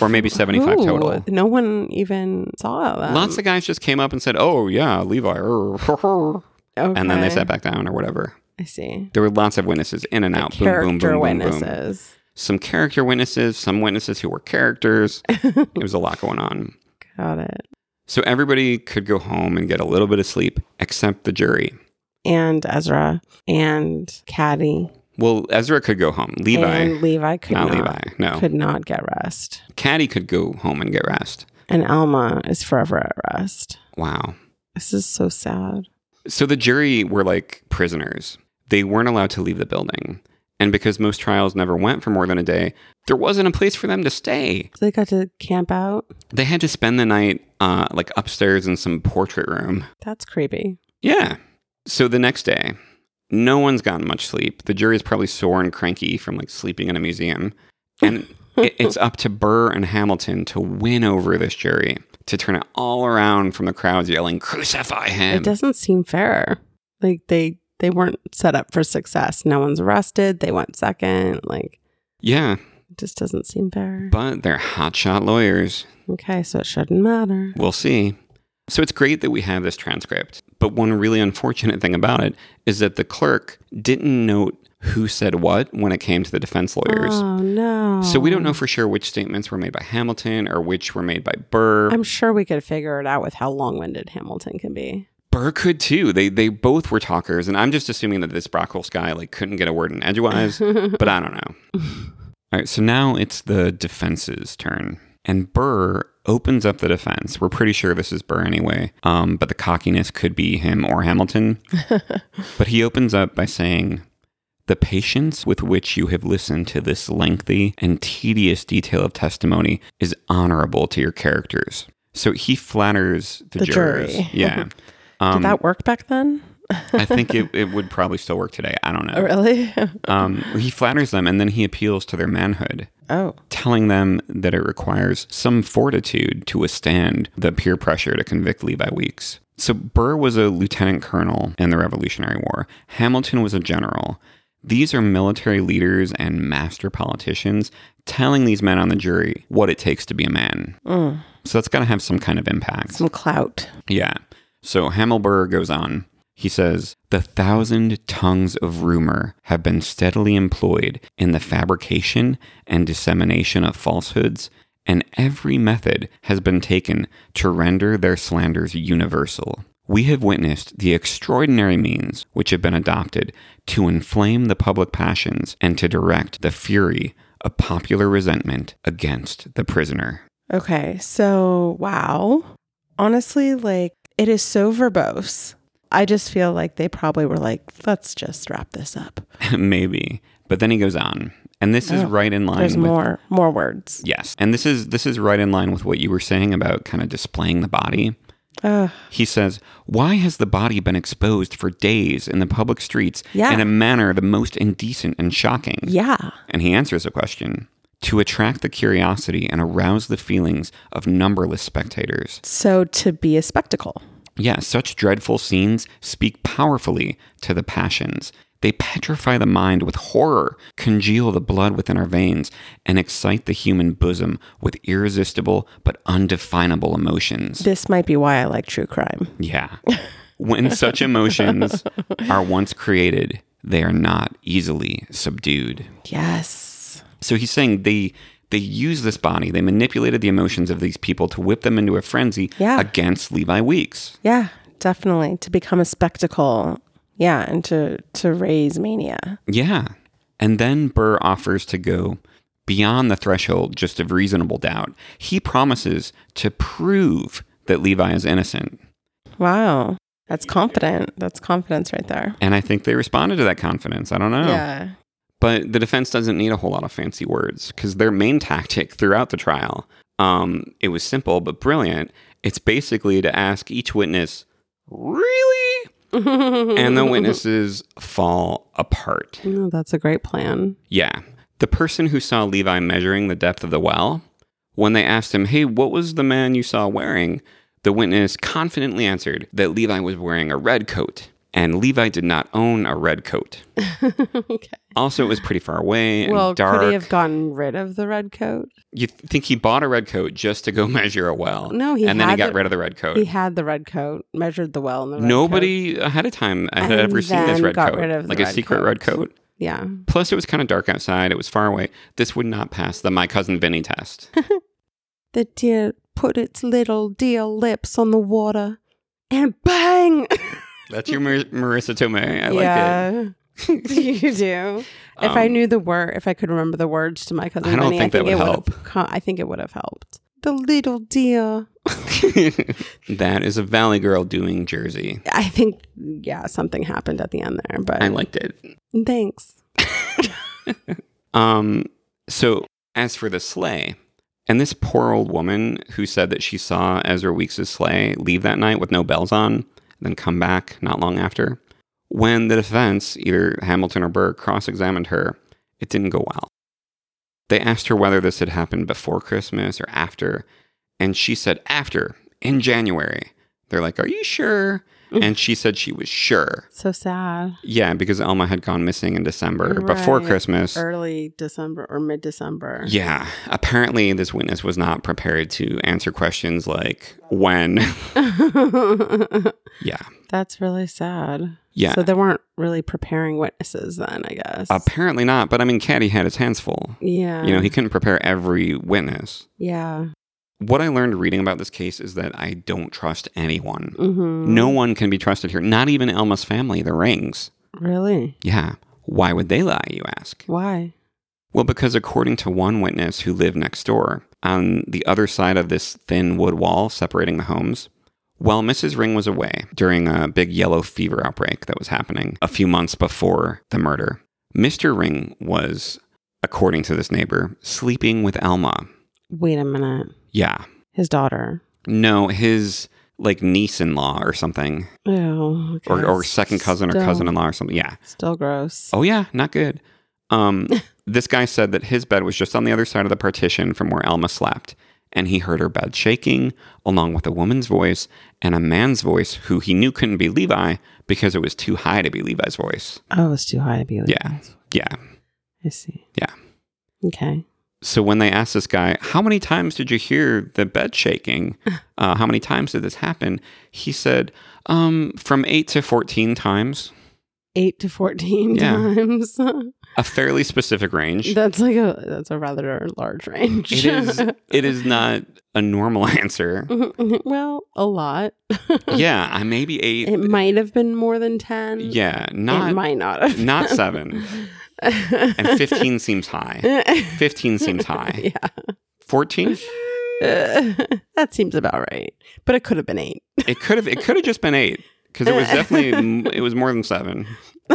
[SPEAKER 1] or maybe 75
[SPEAKER 2] Who?
[SPEAKER 1] total.
[SPEAKER 2] No one even saw them.
[SPEAKER 1] Lots of guys just came up and said, "Oh yeah, Levi," er,
[SPEAKER 2] okay.
[SPEAKER 1] and then they sat back down or whatever.
[SPEAKER 2] I see.
[SPEAKER 1] There were lots of witnesses in and out. Boom, boom, boom,
[SPEAKER 2] Character
[SPEAKER 1] boom, boom.
[SPEAKER 2] witnesses.
[SPEAKER 1] Some character witnesses, some witnesses who were
[SPEAKER 2] (laughs)
[SPEAKER 1] characters. it was a lot going on.
[SPEAKER 2] Got it.
[SPEAKER 1] So everybody could go home and get a little bit of sleep, except the jury.
[SPEAKER 2] And Ezra and Caddy
[SPEAKER 1] Well, Ezra could go home. Levi,
[SPEAKER 2] and Levi could
[SPEAKER 1] not,
[SPEAKER 2] not,
[SPEAKER 1] Levi. No,
[SPEAKER 2] could not get rest.
[SPEAKER 1] Caddy could go home and get rest.
[SPEAKER 2] And Alma is forever at rest.
[SPEAKER 1] Wow.
[SPEAKER 2] This is so sad.
[SPEAKER 1] So the jury were like prisoners. They weren't allowed to leave the building, and because most trials never went for more than a day, there wasn't a place for them to stay.
[SPEAKER 2] So they got to camp out.
[SPEAKER 1] They had to spend the night, uh, like upstairs in some portrait room.
[SPEAKER 2] That's creepy.
[SPEAKER 1] Yeah. So the next day, no one's gotten much sleep. The jury's probably sore and cranky from like sleeping in a museum. And it, it's up to Burr and Hamilton to win over this jury, to turn it all around from the crowds yelling, Crucify him.
[SPEAKER 2] It doesn't seem fair. Like they they weren't set up for success. No one's arrested. They went second. Like
[SPEAKER 1] yeah.
[SPEAKER 2] it just doesn't seem fair.
[SPEAKER 1] But they're hotshot lawyers.
[SPEAKER 2] Okay, so it shouldn't matter.
[SPEAKER 1] We'll see. So it's great that we have this transcript. But one really unfortunate thing about it is that the clerk didn't note who said what when it came to the defense lawyers.
[SPEAKER 2] Oh no.
[SPEAKER 1] So we don't know for sure which statements were made by Hamilton or which were made by Burr.
[SPEAKER 2] I'm sure we could figure it out with how long-winded Hamilton can be.
[SPEAKER 1] Burr could too. They they both were talkers, and I'm just assuming that this Brockholz guy like couldn't get a word in
[SPEAKER 2] (laughs)
[SPEAKER 1] edgewise, but I don't know. All right, so now it's the defense's turn, and Burr opens up the defense. We're pretty sure this is Burr anyway, um, but the cockiness could be him or Hamilton.
[SPEAKER 2] (laughs)
[SPEAKER 1] but he opens up by saying. The patience with which you have listened to this lengthy and tedious detail of testimony is honorable to your characters. So he flatters the,
[SPEAKER 2] The
[SPEAKER 1] jurors.
[SPEAKER 2] (laughs) jury.
[SPEAKER 1] Yeah. Um,
[SPEAKER 3] Did that work back then?
[SPEAKER 1] I
[SPEAKER 3] (laughs)
[SPEAKER 1] think it, it would probably still work today. I don't know.
[SPEAKER 3] Oh, really? (laughs)
[SPEAKER 1] Um, he flatters them and then he appeals to their manhood,
[SPEAKER 3] oh,
[SPEAKER 1] telling them that it requires some fortitude to withstand the peer pressure to convict Levi Weeks. So Burr was a lieutenant colonel in the Revolutionary War, Hamilton was a general. These are military leaders and master politicians telling these men on the jury what it takes to be a man.
[SPEAKER 3] Mm.
[SPEAKER 1] So that's got to have some kind of impact.
[SPEAKER 3] some clout.
[SPEAKER 1] Yeah. So Hammelberg goes on. He says, The thousand tongues of rumor have been steadily employed in the fabrication and dissemination of falsehoods, and every method has been taken to render their slanders universal. We have witnessed the extraordinary means which have been adopted to inflame the public passions and to direct the fury of popular resentment against the prisoner.
[SPEAKER 3] Okay, so wow. Honestly, like it is so verbose. I just feel like they probably were like, let's just wrap this up.
[SPEAKER 1] (laughs) Maybe. But then he goes on. And this is
[SPEAKER 3] Oh,
[SPEAKER 1] right in line
[SPEAKER 3] There's
[SPEAKER 1] with
[SPEAKER 3] more, more words.
[SPEAKER 1] Yes. And this is this is right in line with what you were saying about kind of displaying the body.
[SPEAKER 3] Ugh.
[SPEAKER 1] He says, "Why has the body been exposed for days in the public streets
[SPEAKER 3] Yeah.
[SPEAKER 1] in a manner the most indecent and shocking?"
[SPEAKER 3] Yeah.
[SPEAKER 1] And he answers the question, "To attract the curiosity and arouse the feelings of numberless spectators."
[SPEAKER 3] So to be a spectacle.
[SPEAKER 1] Yeah, such dreadful scenes speak powerfully to the passions. They petrify the mind with horror, congeal the blood within our veins, and excite the human bosom with irresistible but undefinable emotions.
[SPEAKER 3] This might be why I like true crime.
[SPEAKER 1] Yeah. when such emotions are once created, they are not easily subdued.
[SPEAKER 3] Yes.
[SPEAKER 1] So he's saying they they used this body, they manipulated the emotions of these people to whip them into a frenzy
[SPEAKER 3] Yeah.
[SPEAKER 1] against Levi Weeks.
[SPEAKER 3] Yeah, definitely. To become a spectacle. Yeah, and to to raise mania.
[SPEAKER 1] Yeah. And then Burr offers to go beyond the threshold just of reasonable doubt. He promises to prove that Levi is innocent.
[SPEAKER 3] Wow. That's confident. That's confidence right there.
[SPEAKER 1] And I think they responded to that confidence. I don't know.
[SPEAKER 3] Yeah.
[SPEAKER 1] But the defense doesn't need a whole lot of fancy words because their main tactic throughout the trial, um, it was simple but brilliant. It's basically to ask each witness, really? and
[SPEAKER 2] (laughs)
[SPEAKER 1] the witnesses fall apart.
[SPEAKER 6] (laughs) No, that's a great
[SPEAKER 1] (laughs)
[SPEAKER 6] plan.
[SPEAKER 1] Yeah. The person who saw Levi measuring the depth of the well, when they asked him, hey, what was the man you saw wearing? The witness confidently answered that Levi was wearing a red coat, and Levi did not own a red coat.
[SPEAKER 6] okay.
[SPEAKER 1] Also, it was pretty far away and
[SPEAKER 6] Well,
[SPEAKER 1] dark.
[SPEAKER 6] could he have gotten rid of the red coat?
[SPEAKER 1] you th- think he bought a red coat just to go (laughs) measure a well?
[SPEAKER 6] No, he
[SPEAKER 1] and then he
[SPEAKER 6] had
[SPEAKER 1] got
[SPEAKER 6] the-
[SPEAKER 1] rid of the red coat.
[SPEAKER 6] He had the red coat, measured the well in the red coat.
[SPEAKER 1] Nobody ahead of time had
[SPEAKER 6] And
[SPEAKER 1] ever seen this
[SPEAKER 6] then
[SPEAKER 1] red
[SPEAKER 6] got
[SPEAKER 1] coat,
[SPEAKER 6] rid of the
[SPEAKER 1] like a
[SPEAKER 6] red
[SPEAKER 1] secret
[SPEAKER 6] coat.
[SPEAKER 1] red coat.
[SPEAKER 6] Yeah.
[SPEAKER 1] Plus, it was kind of dark outside. It was far away. This would not pass the my cousin Vinny test.
[SPEAKER 6] The deer put its little dear lips on the water and bang! (laughs)
[SPEAKER 1] That's your Mar- Marissa Tomei. I like it.
[SPEAKER 6] yeah. (laughs) you do. If I
[SPEAKER 1] Um,
[SPEAKER 6] knew the word, if I could remember the words to my cousin,
[SPEAKER 1] I don't
[SPEAKER 6] Vinny,
[SPEAKER 1] think that
[SPEAKER 6] it
[SPEAKER 1] would
[SPEAKER 6] would've co- I think it would have helped. The little deer.
[SPEAKER 1] (laughs) that is a Valley Girl doing Jersey.
[SPEAKER 6] I think, yeah, something happened at the end there, but
[SPEAKER 1] I liked it.
[SPEAKER 6] thanks.
[SPEAKER 1] Um, so as for the sleigh, and this poor old woman who said that she saw Ezra Weeks' sleigh leave that night with no bells on, and then come back not long after, when the defense, either Hamilton or Burr, cross examined her, it didn't go well. They asked her whether this had happened before Christmas or after, and she said, after, in January. They're like, Are you sure? And she said she was sure.
[SPEAKER 6] So sad.
[SPEAKER 1] Yeah, because Elma had gone missing in December before
[SPEAKER 6] Right.
[SPEAKER 1] Christmas.
[SPEAKER 6] Early December or mid December.
[SPEAKER 1] Yeah. Apparently, this witness was not prepared to answer questions like
[SPEAKER 6] (laughs)
[SPEAKER 1] when. yeah.
[SPEAKER 6] (laughs) That's really sad.
[SPEAKER 1] Yeah.
[SPEAKER 6] So they weren't really preparing witnesses then, I guess.
[SPEAKER 1] Apparently not. But I mean, Caddy had his hands full.
[SPEAKER 6] yeah.
[SPEAKER 1] You know, he couldn't prepare every witness.
[SPEAKER 6] yeah.
[SPEAKER 1] What I learned reading about this case is that I don't trust anyone.
[SPEAKER 6] Mm-hmm.
[SPEAKER 1] No one can be trusted here, not even Elma's family, the Rings.
[SPEAKER 6] Really?
[SPEAKER 1] Yeah. Why would they lie, you ask?
[SPEAKER 6] Why?
[SPEAKER 1] Well, because according to one witness who lived next door, on the other side of this thin wood wall separating the homes, while Mrs. Ring was away during a big yellow fever outbreak that was happening a few months before the murder, Mr. Ring was, according to this neighbor, sleeping with Alma.
[SPEAKER 6] Wait a minute.
[SPEAKER 1] Yeah.
[SPEAKER 6] His daughter.
[SPEAKER 1] No, his like niece in law or something,
[SPEAKER 2] Oh, okay.
[SPEAKER 1] or, or second cousin or
[SPEAKER 2] Still-
[SPEAKER 1] cousin in law or something. Yeah.
[SPEAKER 2] Still gross.
[SPEAKER 1] Oh, yeah, not good. Um, this guy said that his bed was just on the other side of the partition from where Alma slept, and he heard her bed shaking, along with a woman's voice and a man's voice who he knew couldn't be Levi because it was too high to be Levi's voice.
[SPEAKER 2] Oh, it's too high to be like
[SPEAKER 1] Yeah.
[SPEAKER 2] that.
[SPEAKER 1] Yeah.
[SPEAKER 2] I see.
[SPEAKER 1] Yeah.
[SPEAKER 2] Okay.
[SPEAKER 1] So when they asked this guy, how many times did you hear the bed shaking? Uh, how many times did this happen? He said, um, from eight to 14 times,
[SPEAKER 2] Eight to fourteen
[SPEAKER 1] Yeah. (laughs)
[SPEAKER 2] times.
[SPEAKER 1] a fairly specific range.
[SPEAKER 2] that's like a that's a rather large range.
[SPEAKER 1] It is, it is not a normal (laughs) answer.
[SPEAKER 2] (laughs) well,
[SPEAKER 1] (laughs)
[SPEAKER 2] a lot.
[SPEAKER 1] Yeah, I maybe eight.
[SPEAKER 2] It might have been more than ten.
[SPEAKER 1] yeah,
[SPEAKER 2] it
[SPEAKER 1] not
[SPEAKER 2] might not
[SPEAKER 1] (laughs)
[SPEAKER 2] have.
[SPEAKER 1] not seven.
[SPEAKER 2] and
[SPEAKER 1] and
[SPEAKER 2] (laughs)
[SPEAKER 1] 15 seems high. 15 seems high.
[SPEAKER 2] yeah.
[SPEAKER 1] 14?
[SPEAKER 2] Uh, (laughs) that seems about right. But it could have been eight. (laughs)
[SPEAKER 1] It could have it could have just been eight because it was definitely m- it was more than seven.
[SPEAKER 2] oh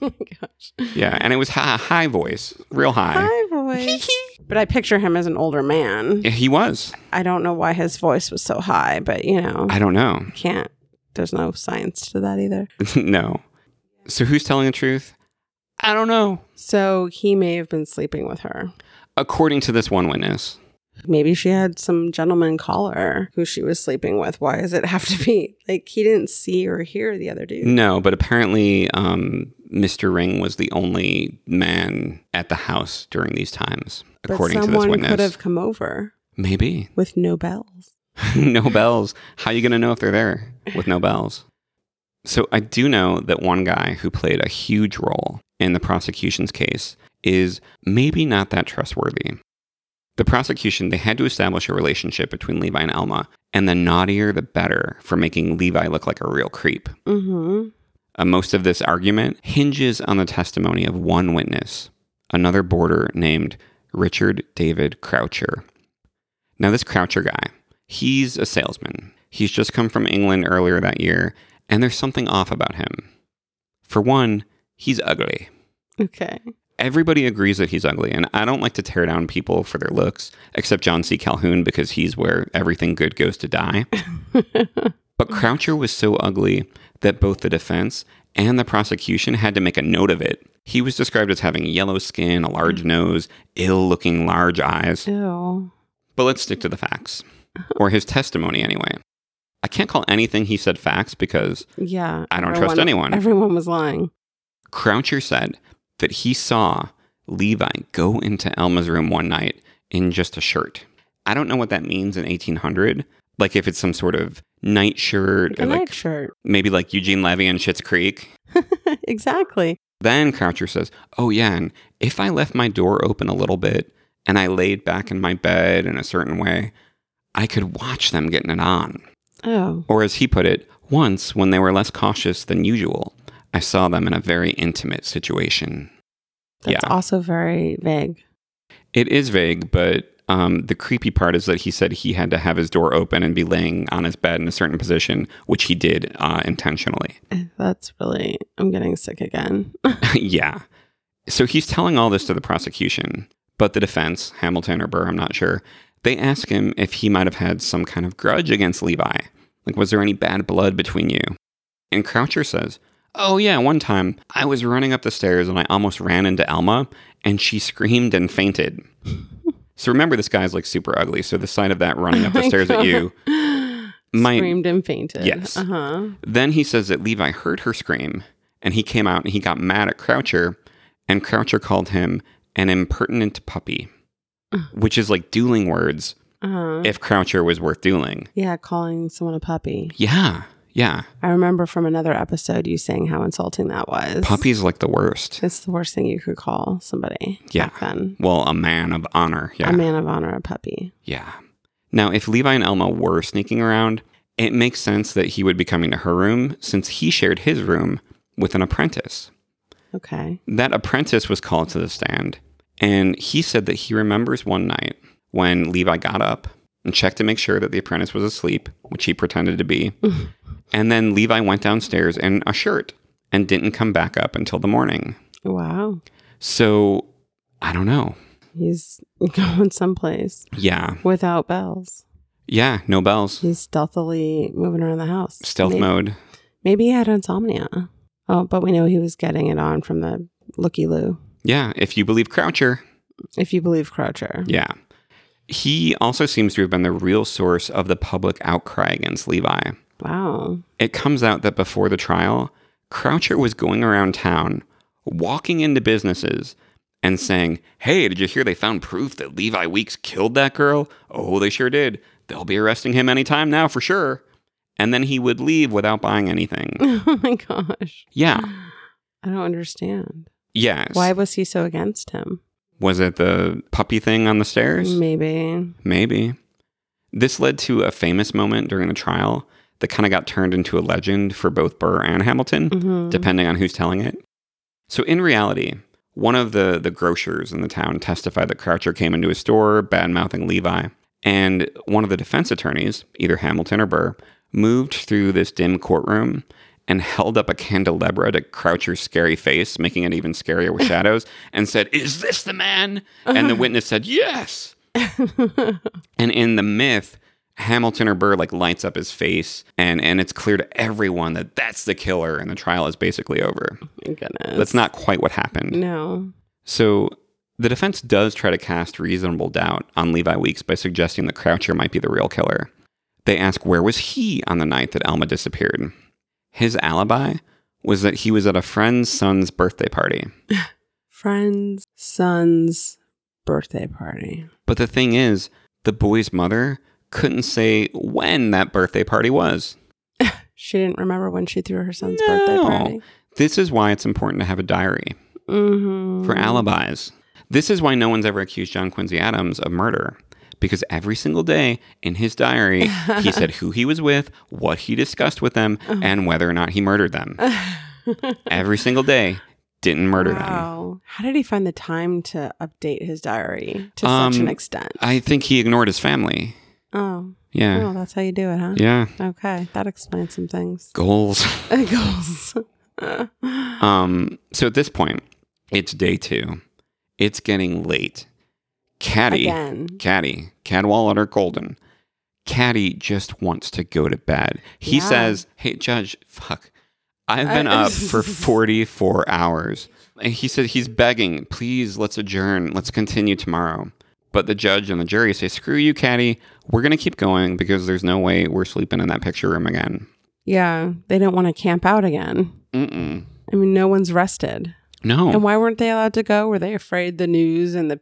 [SPEAKER 2] my gosh.
[SPEAKER 1] (laughs) Yeah, and it was high, high voice, real high.
[SPEAKER 2] Hi,
[SPEAKER 1] (laughs)
[SPEAKER 2] voice. but I picture him as an older man.
[SPEAKER 1] He was.
[SPEAKER 2] I don't know why his voice was so high, but you know,
[SPEAKER 1] I don't know. (laughs)
[SPEAKER 2] I can't. There's no science to that either.
[SPEAKER 1] no. So who's telling the truth? I don't know.
[SPEAKER 2] So he may have been sleeping with her.
[SPEAKER 1] According to this one witness.
[SPEAKER 2] Maybe she had some gentleman caller who she was sleeping with. Why does it (laughs) have to be like he didn't see or hear the other dude?
[SPEAKER 1] No, but apparently um, Mr. Ring was the only man at the house during these times, according
[SPEAKER 2] but
[SPEAKER 1] to this
[SPEAKER 2] someone
[SPEAKER 1] witness.
[SPEAKER 2] could have come over
[SPEAKER 1] Maybe. (laughs)
[SPEAKER 2] with no bells.
[SPEAKER 1] no bells. How you going to know if they're there with no bells? So I do know that one guy who played a huge role in the prosecution's case is maybe not that trustworthy. The prosecution, they had to establish a relationship between Levi and Elma, and the naughtier the better for making Levi look like a real creep.
[SPEAKER 2] Mm-hmm.
[SPEAKER 1] Uh, most of this argument hinges on the testimony of one witness, another boarder named Richard David Croucher. Now, this Croucher guy, he's a salesman. He's just come from England earlier that year, and there's something off about him. For one, he's ugly.
[SPEAKER 2] Okay. (laughs)
[SPEAKER 1] Everybody agrees that he's ugly, and I don't like to tear down people for their looks, except John C. Calhoun, because he's where everything good goes to die. But Croucher was so ugly that both the defense and the prosecution had to make a note of it. He was described as having yellow skin, a large nose, ill looking large eyes.
[SPEAKER 2] Ew.
[SPEAKER 1] But let's stick to the facts, or his testimony anyway. I can't call anything he said facts because
[SPEAKER 2] Yeah.
[SPEAKER 1] I don't trust anyone.
[SPEAKER 2] Everyone was lying.
[SPEAKER 1] Croucher said that he saw Levi go into Elma's room one night in just a shirt. I don't know what that means in 1800. Like if it's some sort of night shirt,
[SPEAKER 2] Like
[SPEAKER 1] or
[SPEAKER 2] a
[SPEAKER 1] like
[SPEAKER 2] night shirt. (laughs)
[SPEAKER 1] maybe like Eugene Levy and Schitt's Creek.
[SPEAKER 2] exactly.
[SPEAKER 1] Then Croucher says, Oh, yeah, and if I left my door open a little bit and I laid back in my bed in a certain way, I could watch them getting it on.
[SPEAKER 2] Oh.
[SPEAKER 1] Or as he put it, once when they were less cautious than usual, I saw them in a very intimate situation.
[SPEAKER 2] That's
[SPEAKER 1] Yeah.
[SPEAKER 2] also very vague.
[SPEAKER 1] It is vague, but um, the creepy part is that he said he had to have his door open and be laying on his bed in a certain position, which he did uh, intentionally.
[SPEAKER 2] That's really, I'm getting sick again. (laughs)
[SPEAKER 1] (laughs) yeah. So he's telling all this to the prosecution, but the defense, Hamilton or Burr, I'm not sure, they ask him if he might have had some kind of grudge against Levi. Like, was there any bad blood between you? And Croucher says, Oh, yeah, one time I was running up the stairs and I almost ran into Alma and she screamed and fainted. so remember, this guy's like super ugly. So the sight of that running
[SPEAKER 2] (laughs)
[SPEAKER 1] up the stairs at you might
[SPEAKER 2] Screamed and fainted.
[SPEAKER 1] Yes.
[SPEAKER 2] Uh huh.
[SPEAKER 1] then he says that Levi heard her scream and he came out and he got mad at Croucher and Croucher called him an impertinent
[SPEAKER 2] (sighs)
[SPEAKER 1] puppy, which is like dueling words
[SPEAKER 2] Uh huh.
[SPEAKER 1] if Croucher was worth dueling.
[SPEAKER 2] Yeah, calling someone a puppy.
[SPEAKER 1] Yeah, yeah.
[SPEAKER 2] I remember from another episode you saying how insulting that was.
[SPEAKER 1] Puppy's like the worst.
[SPEAKER 2] It's the worst thing you could call somebody.
[SPEAKER 1] Yeah.
[SPEAKER 2] Back then.
[SPEAKER 1] Well, a man of honor. Yeah.
[SPEAKER 2] A man of honor, a puppy.
[SPEAKER 1] Yeah. Now, if Levi and Elma were sneaking around, it makes sense that he would be coming to her room since he shared his room with an apprentice.
[SPEAKER 2] Okay.
[SPEAKER 1] That apprentice was called to the stand, and he said that he remembers one night when Levi got up and checked to make sure that the apprentice was asleep, which he pretended to be. and then Levi went downstairs in a shirt and didn't come back up until the morning.
[SPEAKER 2] Wow.
[SPEAKER 1] So I don't know.
[SPEAKER 2] He's (laughs) going someplace
[SPEAKER 1] Yeah.
[SPEAKER 2] without bells.
[SPEAKER 1] Yeah, no bells.
[SPEAKER 2] He's stealthily moving around the house.
[SPEAKER 1] Stealth
[SPEAKER 2] Maybe-
[SPEAKER 1] mode.
[SPEAKER 2] Maybe he had insomnia. Oh, but we know he was getting it on from the looky loo,
[SPEAKER 1] Yeah, if you believe Croucher.
[SPEAKER 2] if you believe Croucher.
[SPEAKER 1] Yeah. He also seems to have been the real source of the public outcry against Levi.
[SPEAKER 2] Wow. (laughs)
[SPEAKER 1] It comes out that before the trial, Croucher was going around town, walking into businesses and saying, Hey, did you hear they found proof that Levi Weeks killed that girl? Oh, they sure did. They'll be arresting him anytime now for sure. And then he would leave without buying anything.
[SPEAKER 2] oh my gosh.
[SPEAKER 1] Yeah.
[SPEAKER 2] I don't understand.
[SPEAKER 1] Yes.
[SPEAKER 2] Why was he so against him?
[SPEAKER 1] Was it the puppy thing on the stairs?
[SPEAKER 2] Maybe.
[SPEAKER 1] Maybe. This led to a famous moment during the trial that kind of got turned into a legend for both Burr and Hamilton,
[SPEAKER 2] Mhm.
[SPEAKER 1] depending on who's telling it. So, in reality, one of the, the grocers in the town testified that Croucher came into his store, bad mouthing Levi, and one of the defense attorneys, either Hamilton or Burr, moved through this dim courtroom and held up a candelabra to Croucher's scary face, making it even scarier with shadows, and said, Is this the man? And the witness said, Yes. And in the myth, Hamilton or Burr like lights up his face, and and it's clear to everyone that that's the killer, and the trial is basically over.
[SPEAKER 2] My goodness.
[SPEAKER 1] That's not quite what happened.
[SPEAKER 2] No.
[SPEAKER 1] So the defense does try to cast reasonable doubt on Levi Weeks by suggesting that Croucher might be the real killer. They ask where was he on the night that Alma disappeared. His alibi was that he was at a friend's son's birthday party.
[SPEAKER 2] Friend's son's birthday party.
[SPEAKER 1] But the thing is, the boy's mother couldn't say when that birthday party was.
[SPEAKER 2] She didn't remember when she threw her son's birthday
[SPEAKER 1] No.
[SPEAKER 2] party.
[SPEAKER 1] This is why it's important to have a diary
[SPEAKER 2] Mm-hmm.
[SPEAKER 1] for alibis. This is why no one's ever accused John Quincy Adams of murder because every single day in his diary, he said who he was with, what he discussed with them,
[SPEAKER 2] Uh-huh.
[SPEAKER 1] and whether or not he murdered them.
[SPEAKER 2] (laughs)
[SPEAKER 1] every single day, didn't murder them.
[SPEAKER 2] Wow. How did he find the time to update his diary to such
[SPEAKER 1] Um,
[SPEAKER 2] an extent?
[SPEAKER 1] I think he ignored his family.
[SPEAKER 2] Oh,
[SPEAKER 1] Yeah.
[SPEAKER 2] oh, that's how you do it, huh?
[SPEAKER 1] Yeah.
[SPEAKER 2] Okay, that explains some things. (laughs)
[SPEAKER 1] Goals.
[SPEAKER 2] Goals.
[SPEAKER 1] um, so at this point, it's day two. It's getting late. Caddy.
[SPEAKER 2] Again.
[SPEAKER 1] Caddy, Cadwallader Golden. Caddy just wants to go to bed. He
[SPEAKER 2] Yeah.
[SPEAKER 1] says, Hey, Judge, fuck. I've been
[SPEAKER 2] I-
[SPEAKER 1] up
[SPEAKER 2] (laughs)
[SPEAKER 1] for 44 hours. And he said, He's begging, please, let's adjourn. Let's continue tomorrow. But the judge and the jury say, Screw you, Caddy. We're going to keep going because there's no way we're sleeping in that picture room again.
[SPEAKER 2] Yeah, they didn't want to camp out again.
[SPEAKER 1] Mm-mm.
[SPEAKER 2] I mean, no one's rested. And
[SPEAKER 1] No.
[SPEAKER 2] why weren't they allowed to go? Were they afraid the news and the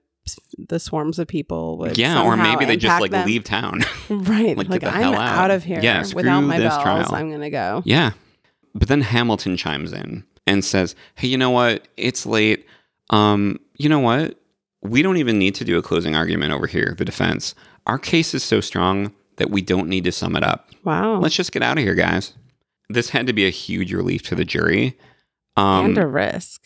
[SPEAKER 2] the swarms of people would
[SPEAKER 1] Yeah, or
[SPEAKER 2] somehow
[SPEAKER 1] maybe they just
[SPEAKER 2] impact
[SPEAKER 1] like
[SPEAKER 2] them?
[SPEAKER 1] leave town.
[SPEAKER 2] (laughs)
[SPEAKER 1] (laughs)
[SPEAKER 2] Right,
[SPEAKER 1] like,
[SPEAKER 2] like,
[SPEAKER 1] get the
[SPEAKER 2] I'm
[SPEAKER 1] hell out.
[SPEAKER 2] out. of here.
[SPEAKER 1] Yeah,
[SPEAKER 2] without
[SPEAKER 1] screw
[SPEAKER 2] my
[SPEAKER 1] this
[SPEAKER 2] bells,
[SPEAKER 1] trial.
[SPEAKER 2] I'm gonna go.
[SPEAKER 1] Yeah. But then Hamilton chimes in and says, Hey, you know what? It's late. Um, you know what? We don't even need to do a closing argument over here, the defense. Our case is so strong that we don't need to sum it up.
[SPEAKER 2] Wow,
[SPEAKER 1] Let's just get out of here, guys. This had to be a huge relief to the jury. Um,
[SPEAKER 2] and a risk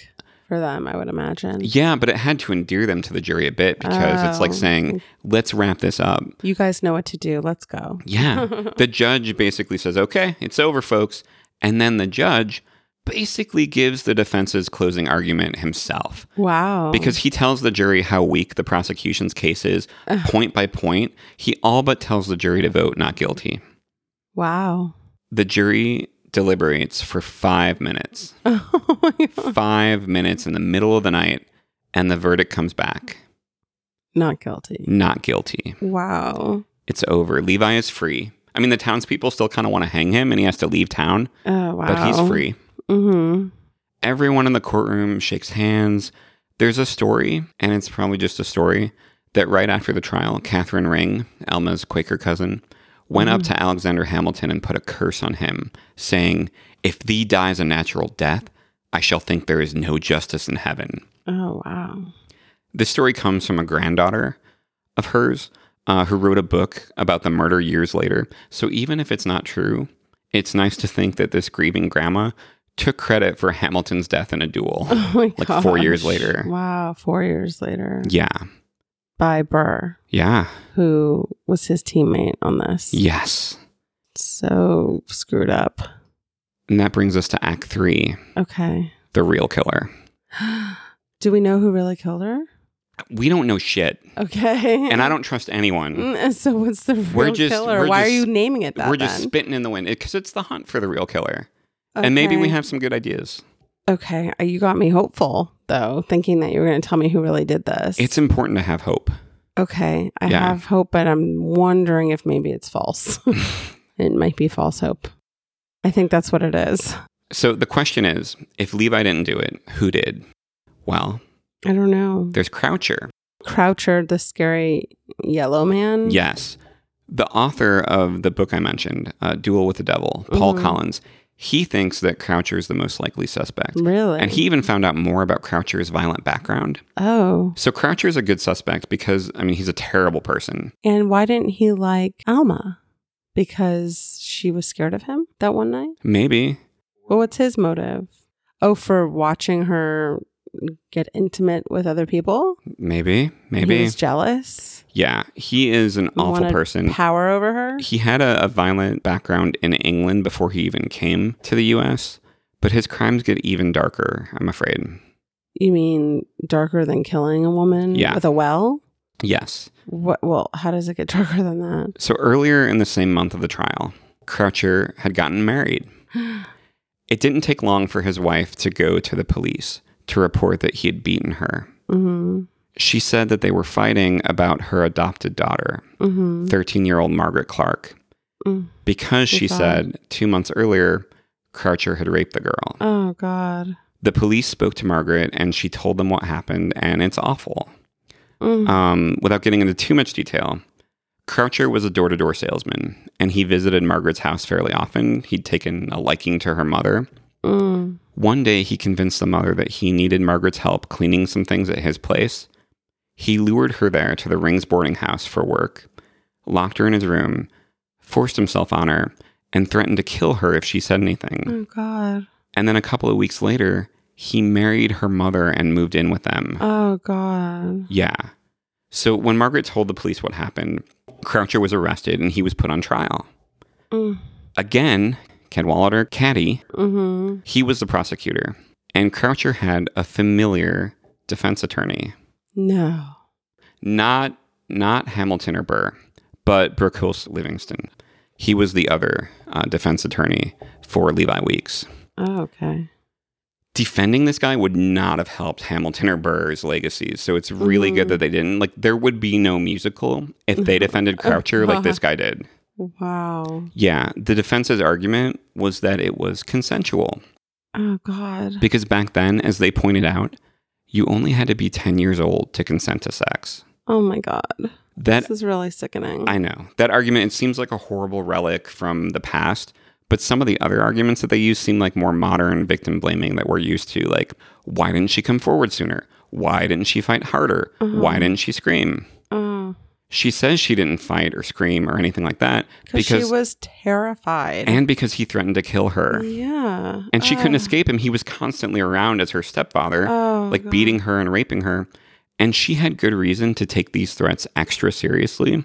[SPEAKER 2] for them, I would imagine.
[SPEAKER 1] yeah, but it had to endear them to the jury a bit because it's like
[SPEAKER 2] Oh.
[SPEAKER 1] saying, let's wrap this up.
[SPEAKER 2] You guys know what to do. Let's go.
[SPEAKER 1] Yeah. the judge basically says, okay, it's over, folks. And then the judge basically gives the defense's closing argument himself
[SPEAKER 2] Wow,
[SPEAKER 1] because he tells the jury how weak the prosecution's case is, point by point. He all but tells the jury to vote not guilty.
[SPEAKER 2] wow. (laughs)
[SPEAKER 1] The jury deliberates for five minutes,
[SPEAKER 2] Oh my God.
[SPEAKER 1] five minutes in the middle of the night, and the verdict comes back
[SPEAKER 2] Not guilty.
[SPEAKER 1] not guilty.
[SPEAKER 2] Wow.
[SPEAKER 1] It's over. Levi is free. I mean, the townspeople still kind of want to hang him and he has to leave town,
[SPEAKER 2] Oh wow.
[SPEAKER 1] but he's free.
[SPEAKER 2] Mm-hmm.
[SPEAKER 1] Everyone in the courtroom shakes hands. There's a story, and it's probably just a story, that right after the trial, Catherine Ring, Elma's Quaker cousin, went up to Alexander Hamilton and put a curse on him, saying, If thee dies a natural death, I shall think there is no justice in heaven.
[SPEAKER 2] Oh wow.
[SPEAKER 1] This story comes from a granddaughter of hers uh, who wrote a book about the murder years later. So even if it's not true, it's nice to think that this grieving grandma took credit for Hamilton's death in a duel.
[SPEAKER 2] (laughs) Oh my
[SPEAKER 1] Like four years
[SPEAKER 2] gosh.
[SPEAKER 1] later.
[SPEAKER 2] Wow, four years later.
[SPEAKER 1] yeah.
[SPEAKER 2] By Burr,
[SPEAKER 1] Yeah.
[SPEAKER 2] who was his teammate on this.
[SPEAKER 1] Yes.
[SPEAKER 2] So screwed up.
[SPEAKER 1] And that brings us to Act Three,
[SPEAKER 2] Okay.
[SPEAKER 1] the real killer.
[SPEAKER 2] Do we know who really killed her?
[SPEAKER 1] We don't know shit,
[SPEAKER 2] Okay.
[SPEAKER 1] and I don't trust anyone.
[SPEAKER 2] (laughs) Mm, So what's the real
[SPEAKER 1] We're just-
[SPEAKER 2] killer?
[SPEAKER 1] we're
[SPEAKER 2] Why
[SPEAKER 1] just-
[SPEAKER 2] are you naming it that?
[SPEAKER 1] We're just
[SPEAKER 2] then?
[SPEAKER 1] spitting in the wind because it's the hunt for the real killer, and maybe we
[SPEAKER 2] Okay.
[SPEAKER 1] have some good ideas.
[SPEAKER 2] Okay, uh, you got me hopeful though, thinking that you were going to tell me who really did this.
[SPEAKER 1] It's important to have hope.
[SPEAKER 2] okay. I
[SPEAKER 1] Yeah.
[SPEAKER 2] have hope, but I'm wondering if maybe
[SPEAKER 1] (laughs)
[SPEAKER 2] it's false. it might be false hope. I think that's what it is.
[SPEAKER 1] So the question is, if Levi didn't do it, who did? Well,
[SPEAKER 2] I don't know.
[SPEAKER 1] there's Croucher.
[SPEAKER 2] Croucher, the scary yellow man.
[SPEAKER 1] Yes. The author of the book I mentioned, uh, Duel with the Devil, Paul
[SPEAKER 2] Mhm.
[SPEAKER 1] Collins, he thinks that Croucher is the most likely suspect.
[SPEAKER 2] Really?
[SPEAKER 1] And he even found out more about Croucher's violent background.
[SPEAKER 2] Oh,
[SPEAKER 1] So Croucher is a good suspect because, I mean, he's a terrible person.
[SPEAKER 2] and why didn't he like Alma? Because she was scared of him that one night.
[SPEAKER 1] Maybe.
[SPEAKER 2] Well, what's his motive? Oh, for watching her get intimate with other people.
[SPEAKER 1] Maybe.
[SPEAKER 2] he
[SPEAKER 1] Maybe.
[SPEAKER 2] was jealous.
[SPEAKER 1] yeah. He is an
[SPEAKER 2] He
[SPEAKER 1] awful
[SPEAKER 2] wanted
[SPEAKER 1] person.
[SPEAKER 2] Power over her.
[SPEAKER 1] He had a, a violent background in England before he even came to the US, but his crimes get even darker, I'm afraid.
[SPEAKER 2] You mean darker than killing a woman
[SPEAKER 1] Yeah.
[SPEAKER 2] with a well?
[SPEAKER 1] Yes.
[SPEAKER 2] What? Well, how does it get (laughs) darker than that?
[SPEAKER 1] So earlier in the same month of the trial, Croucher had gotten
[SPEAKER 2] (gasps)
[SPEAKER 1] married. It didn't take long for his wife to go to the police to report that he had beaten her.
[SPEAKER 2] Mm-hmm.
[SPEAKER 1] She said that they were fighting about her adopted daughter,
[SPEAKER 2] Mm-hmm.
[SPEAKER 1] 13 year old Margaret Clark,
[SPEAKER 2] Mm.
[SPEAKER 1] because she
[SPEAKER 2] Good God.
[SPEAKER 1] said two months earlier, Croucher had raped the girl.
[SPEAKER 2] Oh God.
[SPEAKER 1] The police spoke to Margaret and she told them what happened, and it's awful.
[SPEAKER 2] Mm.
[SPEAKER 1] Um, without getting into too much detail, Croucher was a door to door salesman and he visited Margaret's house fairly often. He'd taken a liking to her mother.
[SPEAKER 2] Mm.
[SPEAKER 1] One day, he convinced the mother that he needed Margaret's help cleaning some things at his place. He lured her there to the Rings boarding house for work, locked her in his room, forced himself on her, and threatened to kill her if she said anything.
[SPEAKER 2] Oh God.
[SPEAKER 1] And then a couple of weeks later, he married her mother and moved in with them.
[SPEAKER 2] Oh God.
[SPEAKER 1] Yeah. So when Margaret told the police what happened, Croucher was arrested and he was put on trial.
[SPEAKER 2] Mm.
[SPEAKER 1] Again, Cadwallader Caddy,
[SPEAKER 2] Mm-hmm.
[SPEAKER 1] he was the prosecutor, and Croucher had a familiar defense attorney,
[SPEAKER 2] No.
[SPEAKER 1] not not Hamilton or Burr, but Brookhurst Livingston. He was the other uh, defense attorney for Levi Weeks.
[SPEAKER 2] Oh, okay.
[SPEAKER 1] defending this guy would not have helped Hamilton or Burr's legacies. So it's really good
[SPEAKER 2] Mhm.
[SPEAKER 1] that they didn't. Like there would be no musical if they defended Croucher like this guy did.
[SPEAKER 2] Wow.
[SPEAKER 1] Yeah, the defense's argument was that it was consensual
[SPEAKER 2] Oh God.
[SPEAKER 1] because back then as they pointed out, you only had to be 10 years old to consent to sex.
[SPEAKER 2] Oh my God.
[SPEAKER 1] That
[SPEAKER 2] this is really sickening.
[SPEAKER 1] I know. That argument it seems like a horrible relic from the past, but some of the other arguments that they use seem like more modern victim blaming that we're used to, like why didn't she come forward sooner? Why didn't she fight harder? Why didn't she scream?
[SPEAKER 2] oh,
[SPEAKER 1] She says she didn't fight or scream or anything like that
[SPEAKER 3] because she
[SPEAKER 1] because
[SPEAKER 3] was terrified.
[SPEAKER 1] and because he threatened to kill her.
[SPEAKER 2] yeah.
[SPEAKER 1] And she couldn't
[SPEAKER 2] Ah.
[SPEAKER 1] escape him. He was constantly around as her stepfather,
[SPEAKER 2] Oh,
[SPEAKER 1] like
[SPEAKER 2] God.
[SPEAKER 1] beating her and raping her. And she had good reason to take these threats extra seriously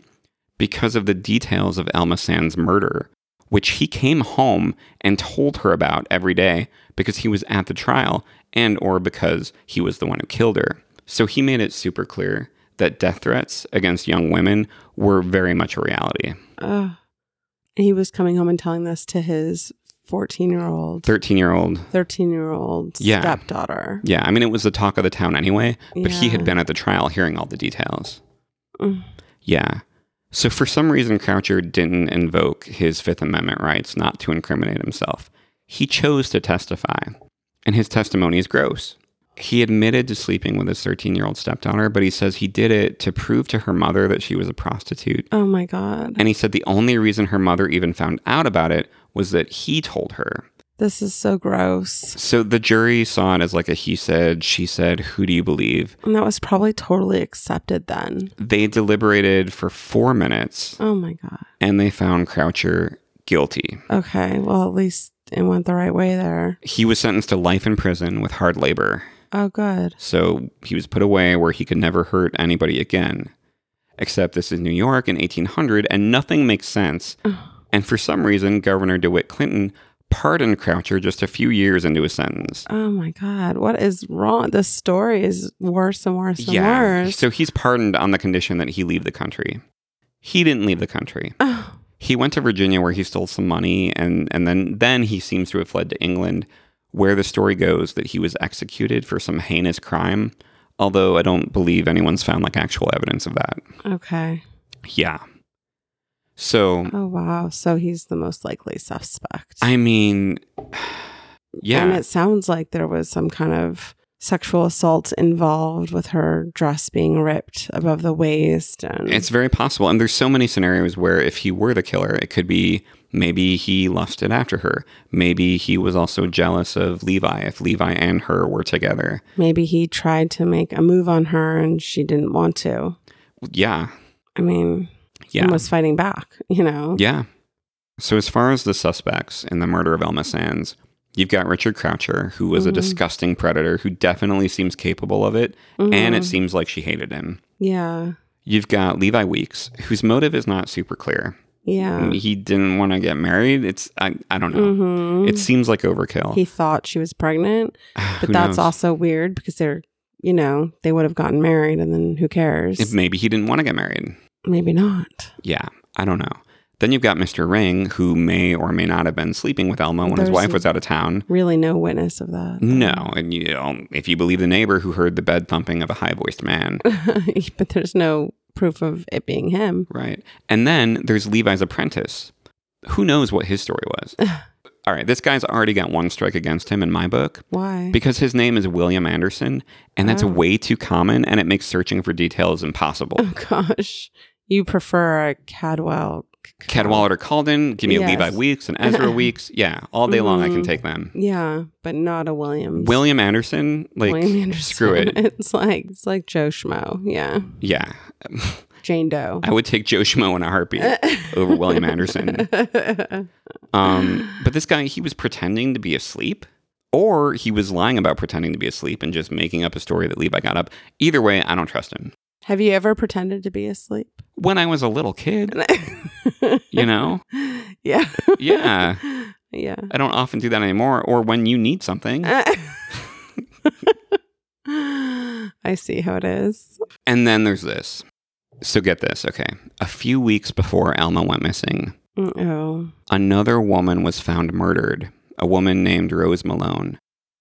[SPEAKER 1] because of the details of Elma Sand's murder, which he came home and told her about every day because he was at the trial and or because he was the one who killed her. So he made it super clear that death threats against young women were very much a reality.
[SPEAKER 2] Ugh. And he was coming home and telling this to his 14 year old,
[SPEAKER 1] 13-year-old
[SPEAKER 2] 13 year old
[SPEAKER 1] Yeah.
[SPEAKER 2] stepdaughter.
[SPEAKER 1] Yeah, I mean, it was the talk of the town anyway, but he had
[SPEAKER 2] Yeah.
[SPEAKER 1] been at the trial hearing all the details.
[SPEAKER 2] Mm.
[SPEAKER 1] Yeah. So for some reason, Croucher didn't invoke his Fifth Amendment rights not to incriminate himself. He chose to testify, and his testimony is gross. He admitted to sleeping with his 13 year old stepdaughter, but he says he did it to prove to her mother that she was a prostitute.
[SPEAKER 2] Oh my God.
[SPEAKER 1] And he said the only reason her mother even found out about it was that he told her.
[SPEAKER 2] This is so gross.
[SPEAKER 1] So the jury saw it as like a he said, she said, who do you believe?
[SPEAKER 2] And that was probably totally accepted then.
[SPEAKER 1] They deliberated for four minutes
[SPEAKER 2] Oh my God.
[SPEAKER 1] and they found Croucher guilty.
[SPEAKER 2] Okay. Well, at least it went the right way there.
[SPEAKER 1] He was sentenced to life in prison with hard labor.
[SPEAKER 2] Oh, good.
[SPEAKER 1] So he was put away where he could never hurt anybody again. Except this is New York in 1800 and nothing makes sense. And for some reason, Governor DeWitt Clinton pardoned Croucher just a few years into his sentence.
[SPEAKER 2] Oh my God. What is wrong? This story is worse and worse and worse.
[SPEAKER 1] So he's pardoned on the condition that he leave the country. He didn't leave the country.
[SPEAKER 2] Oh,
[SPEAKER 1] He went to Virginia where he stole some money and, and then then he seems to have fled to England, where the story goes that he was executed for some heinous crime, although I don't believe anyone's found like actual evidence of that.
[SPEAKER 2] (sighs) okay.
[SPEAKER 1] Yeah. So
[SPEAKER 2] Oh, wow. So he's the most likely suspect.
[SPEAKER 1] I mean (sighs)
[SPEAKER 2] And
[SPEAKER 1] Yeah.
[SPEAKER 2] it sounds like there was some kind of sexual assault involved with her dress being ripped above the waist. And
[SPEAKER 1] It's very possible. And there's so many scenarios where if he were the killer, it could be maybe he lusted after her. Maybe he was also jealous of Levi if Levi and her were together.
[SPEAKER 2] maybe he tried to make a move on her and she didn't want to.
[SPEAKER 1] Yeah.
[SPEAKER 2] I mean,
[SPEAKER 1] Yeah.
[SPEAKER 2] and was fighting back, you know?
[SPEAKER 1] Yeah. So as far as the suspects in the murder of Elma Sands, you've got Richard Croucher, who was a
[SPEAKER 2] Mhm.
[SPEAKER 1] disgusting predator who definitely seems capable of it, and
[SPEAKER 2] Mhm.
[SPEAKER 1] it seems like she hated him.
[SPEAKER 2] Yeah.
[SPEAKER 1] You've got Levi Weeks, whose motive is not super clear.
[SPEAKER 2] Yeah.
[SPEAKER 1] He didn't want to get married. It's I, I don't know.
[SPEAKER 2] hmm
[SPEAKER 1] It seems like overkill.
[SPEAKER 2] he
[SPEAKER 1] (sighs)
[SPEAKER 2] thought she was pregnant, but
[SPEAKER 1] Who
[SPEAKER 2] that's
[SPEAKER 1] knows?
[SPEAKER 2] also weird because they're, you know, they would have gotten married and then who cares?
[SPEAKER 1] If maybe he didn't want to get married.
[SPEAKER 2] Maybe not.
[SPEAKER 1] Yeah, I don't know. Then you've got Mr. Ring, who may or may not have been sleeping with Elma when his
[SPEAKER 2] There's
[SPEAKER 1] wife
[SPEAKER 2] a-
[SPEAKER 1] was out of town.
[SPEAKER 2] Really, no witness of that.
[SPEAKER 1] No, and you know, if you believe the neighbor who heard the bed thumping of a high voiced
[SPEAKER 2] (laughs)
[SPEAKER 1] man,
[SPEAKER 2] (laughs) but there's no proof of it being him.
[SPEAKER 1] right? And then there's Levi's apprentice. Who knows what his story
[SPEAKER 2] (laughs)
[SPEAKER 1] was? All right, this guy's already got one strike against him in my book
[SPEAKER 2] Why?
[SPEAKER 1] because his name is William Anderson, and that's
[SPEAKER 2] Oh.
[SPEAKER 1] way too common and it makes searching for details impossible.
[SPEAKER 2] (laughs) oh gosh, you prefer a Cadwell.
[SPEAKER 1] Cadwallader Calden, give me a
[SPEAKER 2] Yes.
[SPEAKER 1] Levi Weeks and
[SPEAKER 2] (laughs)
[SPEAKER 1] Ezra Weeks. Yeah, all day long I can
[SPEAKER 2] Mhm.
[SPEAKER 1] take them.
[SPEAKER 2] Yeah, but not a Williams.
[SPEAKER 1] William Anderson, like
[SPEAKER 2] William Anderson.
[SPEAKER 1] screw it.
[SPEAKER 2] (laughs) It's like it's like Joe Schmo. Yeah,
[SPEAKER 1] Yeah. (laughs)
[SPEAKER 2] Jane Doe.
[SPEAKER 1] I would take Joe Schmo in a heartbeat over William
[SPEAKER 2] (laughs)
[SPEAKER 1] Anderson. Um, but this guy, he was pretending to be asleep, or he was lying about pretending to be asleep and just making up a story that Levi got up. Either way, I don't trust him.
[SPEAKER 2] Have you ever pretended to be asleep?
[SPEAKER 1] When I was a little kid, you know,
[SPEAKER 2] (laughs) yeah.
[SPEAKER 1] Yeah.
[SPEAKER 2] Yeah. (laughs)
[SPEAKER 1] I don't often do that anymore, or when you need something.
[SPEAKER 2] I see how it is.
[SPEAKER 1] And then there's this. So get this, okay. A few weeks before Alma went missing,
[SPEAKER 2] Oh.
[SPEAKER 1] another woman was found murdered, a woman named Rose Malone.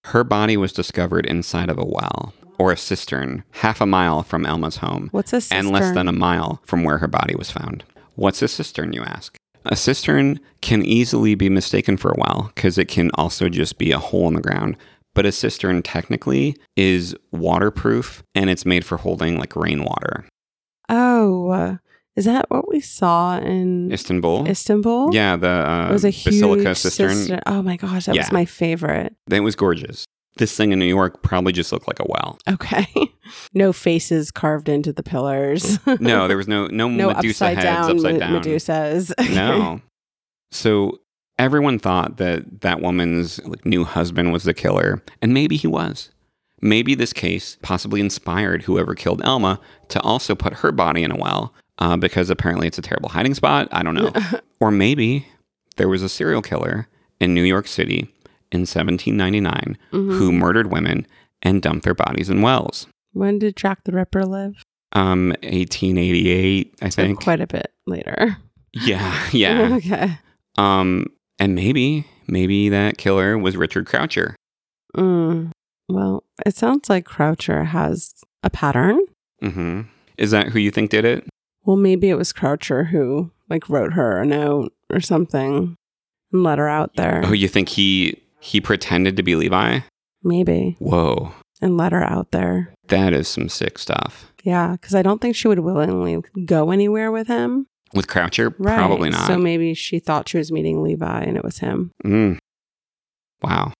[SPEAKER 1] Her body was discovered inside of a well or a cistern half a mile from Elma's home
[SPEAKER 2] What's a sister?
[SPEAKER 1] and less than a mile from where her body was found. What's a cistern, you ask? A cistern can easily be mistaken for a well because it can also just be a hole in the ground. But a cistern technically is waterproof and it's made for holding like rainwater.
[SPEAKER 2] Oh, uh, is that what we saw in
[SPEAKER 1] Istanbul?
[SPEAKER 2] Istanbul?
[SPEAKER 1] Yeah, the uh,
[SPEAKER 2] it was a huge
[SPEAKER 1] basilica cistern.
[SPEAKER 2] sister- Oh my gosh, that
[SPEAKER 1] Yeah.
[SPEAKER 2] was my favorite.
[SPEAKER 1] It was gorgeous. This thing in New York probably just looked like a
[SPEAKER 2] (laughs)
[SPEAKER 1] well.
[SPEAKER 2] Okay, no faces carved into the
[SPEAKER 1] (laughs)
[SPEAKER 2] pillars. (laughs)
[SPEAKER 1] No, there was no no,
[SPEAKER 2] no
[SPEAKER 1] Medusa
[SPEAKER 2] upside
[SPEAKER 1] heads
[SPEAKER 2] down,
[SPEAKER 1] upside
[SPEAKER 2] me-
[SPEAKER 1] down.
[SPEAKER 2] Medusas. (laughs)
[SPEAKER 1] No. So everyone thought that that woman's like, new husband was the killer, and maybe he was. Maybe this case possibly inspired whoever killed Elma to also put her body in a well uh, because apparently it's a terrible hiding spot. I don't know. or maybe there was a serial killer in New York City in 1799
[SPEAKER 2] Mm-hmm.
[SPEAKER 1] who murdered women and dumped their bodies in wells.
[SPEAKER 2] when did Jack the Ripper live?
[SPEAKER 1] Um, 1888, I
[SPEAKER 2] So
[SPEAKER 1] think.
[SPEAKER 2] quite a bit later.
[SPEAKER 1] yeah, (laughs) yeah.
[SPEAKER 2] (laughs) okay.
[SPEAKER 1] Um, and maybe, maybe that killer was Richard Croucher.
[SPEAKER 2] Mm. Well, it sounds like Croucher has a pattern.
[SPEAKER 1] hmm Is that who you think did it?
[SPEAKER 2] Well, maybe it was Croucher who like wrote her a note or something and let her out there.
[SPEAKER 1] Oh, you think he he pretended to be Levi?
[SPEAKER 2] Maybe
[SPEAKER 1] Whoa,
[SPEAKER 2] and let her out there.
[SPEAKER 1] that is some sick stuff.
[SPEAKER 2] Yeah, because I don't think she would willingly go anywhere with him.
[SPEAKER 1] With Croucher, probably not.
[SPEAKER 2] So maybe she thought she was meeting Levi and it was him.
[SPEAKER 1] mm. Wow.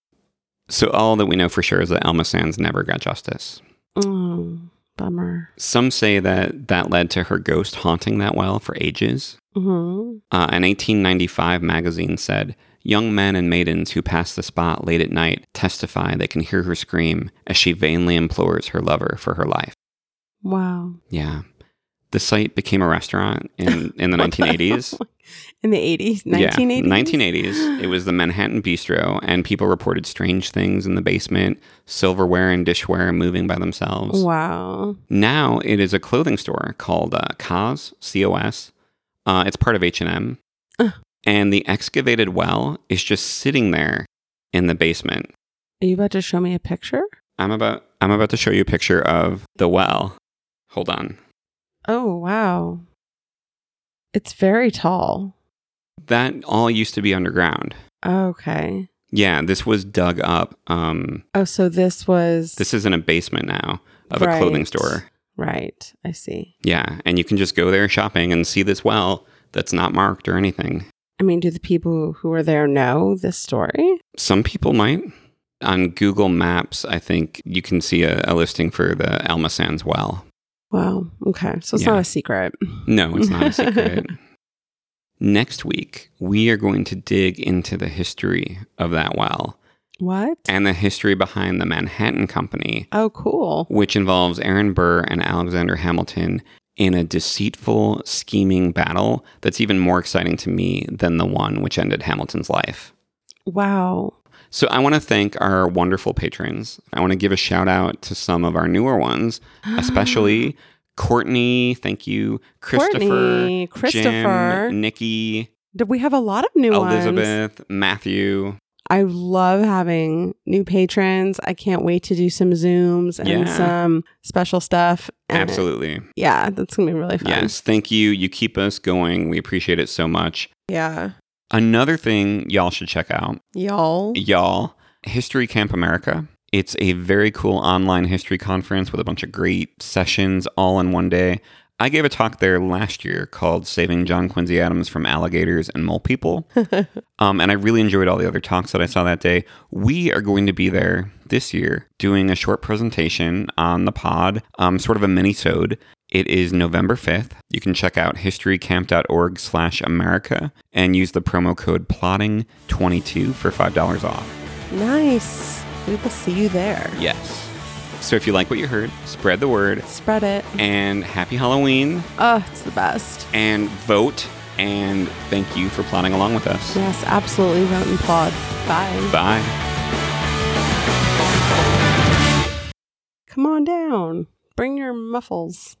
[SPEAKER 1] So all that we know for sure is that Elma Sands never got justice.
[SPEAKER 2] Oh, bummer.
[SPEAKER 1] Some say that that led to her ghost haunting that well for ages.
[SPEAKER 2] hmm
[SPEAKER 1] Uh, an 1895 magazine said, Young men and maidens who pass the spot late at night testify they can hear her scream as she vainly implores her lover for her life.
[SPEAKER 2] Wow.
[SPEAKER 1] Yeah. The site became a restaurant in, in the 1980s.
[SPEAKER 2] in the 80s, 1980s.
[SPEAKER 1] Yeah, 1980s. It was the Manhattan Bistro, and people reported strange things in the basement, silverware and dishware moving by themselves.
[SPEAKER 2] Wow.
[SPEAKER 1] Now it is a clothing store called uh, COS, C-O-S. Uh, it's part of H&M.
[SPEAKER 2] Ugh.
[SPEAKER 1] And the excavated well is just sitting there in the basement.
[SPEAKER 2] Are you about to show me a picture?
[SPEAKER 1] I'm about I'm about to show you a picture of the well. Hold on.
[SPEAKER 2] Oh, wow. It's very tall.
[SPEAKER 1] That all used to be underground.
[SPEAKER 2] Okay.
[SPEAKER 1] Yeah, this was dug up. Um,
[SPEAKER 2] Oh, so this was
[SPEAKER 1] this isn't a basement now of a clothing
[SPEAKER 2] Right.
[SPEAKER 1] store.
[SPEAKER 2] right. I see.
[SPEAKER 1] Yeah, and you can just go there shopping and see this well that's not marked or anything.
[SPEAKER 2] I mean, do the people who were there know this story?
[SPEAKER 1] Some people might. On Google Maps, I think you can see a, a listing for the Alma Sands well.
[SPEAKER 2] Wow. Okay. So it's
[SPEAKER 1] Yeah.
[SPEAKER 2] not a secret.
[SPEAKER 1] No, it's not a secret. Next week, we are going to dig into the history of that well
[SPEAKER 2] What?
[SPEAKER 1] and the history behind the Manhattan Company,
[SPEAKER 2] Oh, cool.
[SPEAKER 1] which involves Aaron Burr and Alexander Hamilton in a deceitful, scheming battle that's even more exciting to me than the one which ended Hamilton's life.
[SPEAKER 2] Wow.
[SPEAKER 1] So I want to thank our wonderful patrons. I want to give a shout out to some of our newer
[SPEAKER 2] (gasps)
[SPEAKER 1] ones, especially Courtney. Thank you, Christopher,
[SPEAKER 2] Courtney, Christopher.
[SPEAKER 1] Jim, Nikki,
[SPEAKER 2] Do We have a lot of new ones.
[SPEAKER 1] Elizabeth, Matthew.
[SPEAKER 2] I love having new patrons. I can't wait to do some Zooms and
[SPEAKER 1] Yeah.
[SPEAKER 2] some special stuff. And
[SPEAKER 1] Absolutely.
[SPEAKER 2] Yeah, that's going to be really fun.
[SPEAKER 1] Yes. Thank you. You keep us going. We appreciate it so much.
[SPEAKER 3] Yeah.
[SPEAKER 1] Another thing y'all should check out,
[SPEAKER 3] Y'all.
[SPEAKER 1] y'all, History Camp America. It's a very cool online history conference with a bunch of great sessions all in one day. I gave a talk there last year called Saving John Quincy Adams from Alligators and Mole People. um, and I really enjoyed all the other talks that I saw that day. We are going to be there this year doing a short presentation on the pod, um, sort of a mini-sode. It is November 5th. You can check out historycamp.org slash America and use the promo code PLOTTING22 for $5 off.
[SPEAKER 3] Nice. We will see you there.
[SPEAKER 1] Yes. So if you like what you heard, spread the word
[SPEAKER 2] Spread it.
[SPEAKER 1] and happy Halloween
[SPEAKER 2] Oh, it's the best.
[SPEAKER 1] and vote. And thank you for plotting along with us.
[SPEAKER 2] Yes, absolutely. Vote and applaud. Bye.
[SPEAKER 1] Bye.
[SPEAKER 2] Come on down. Bring your muffles.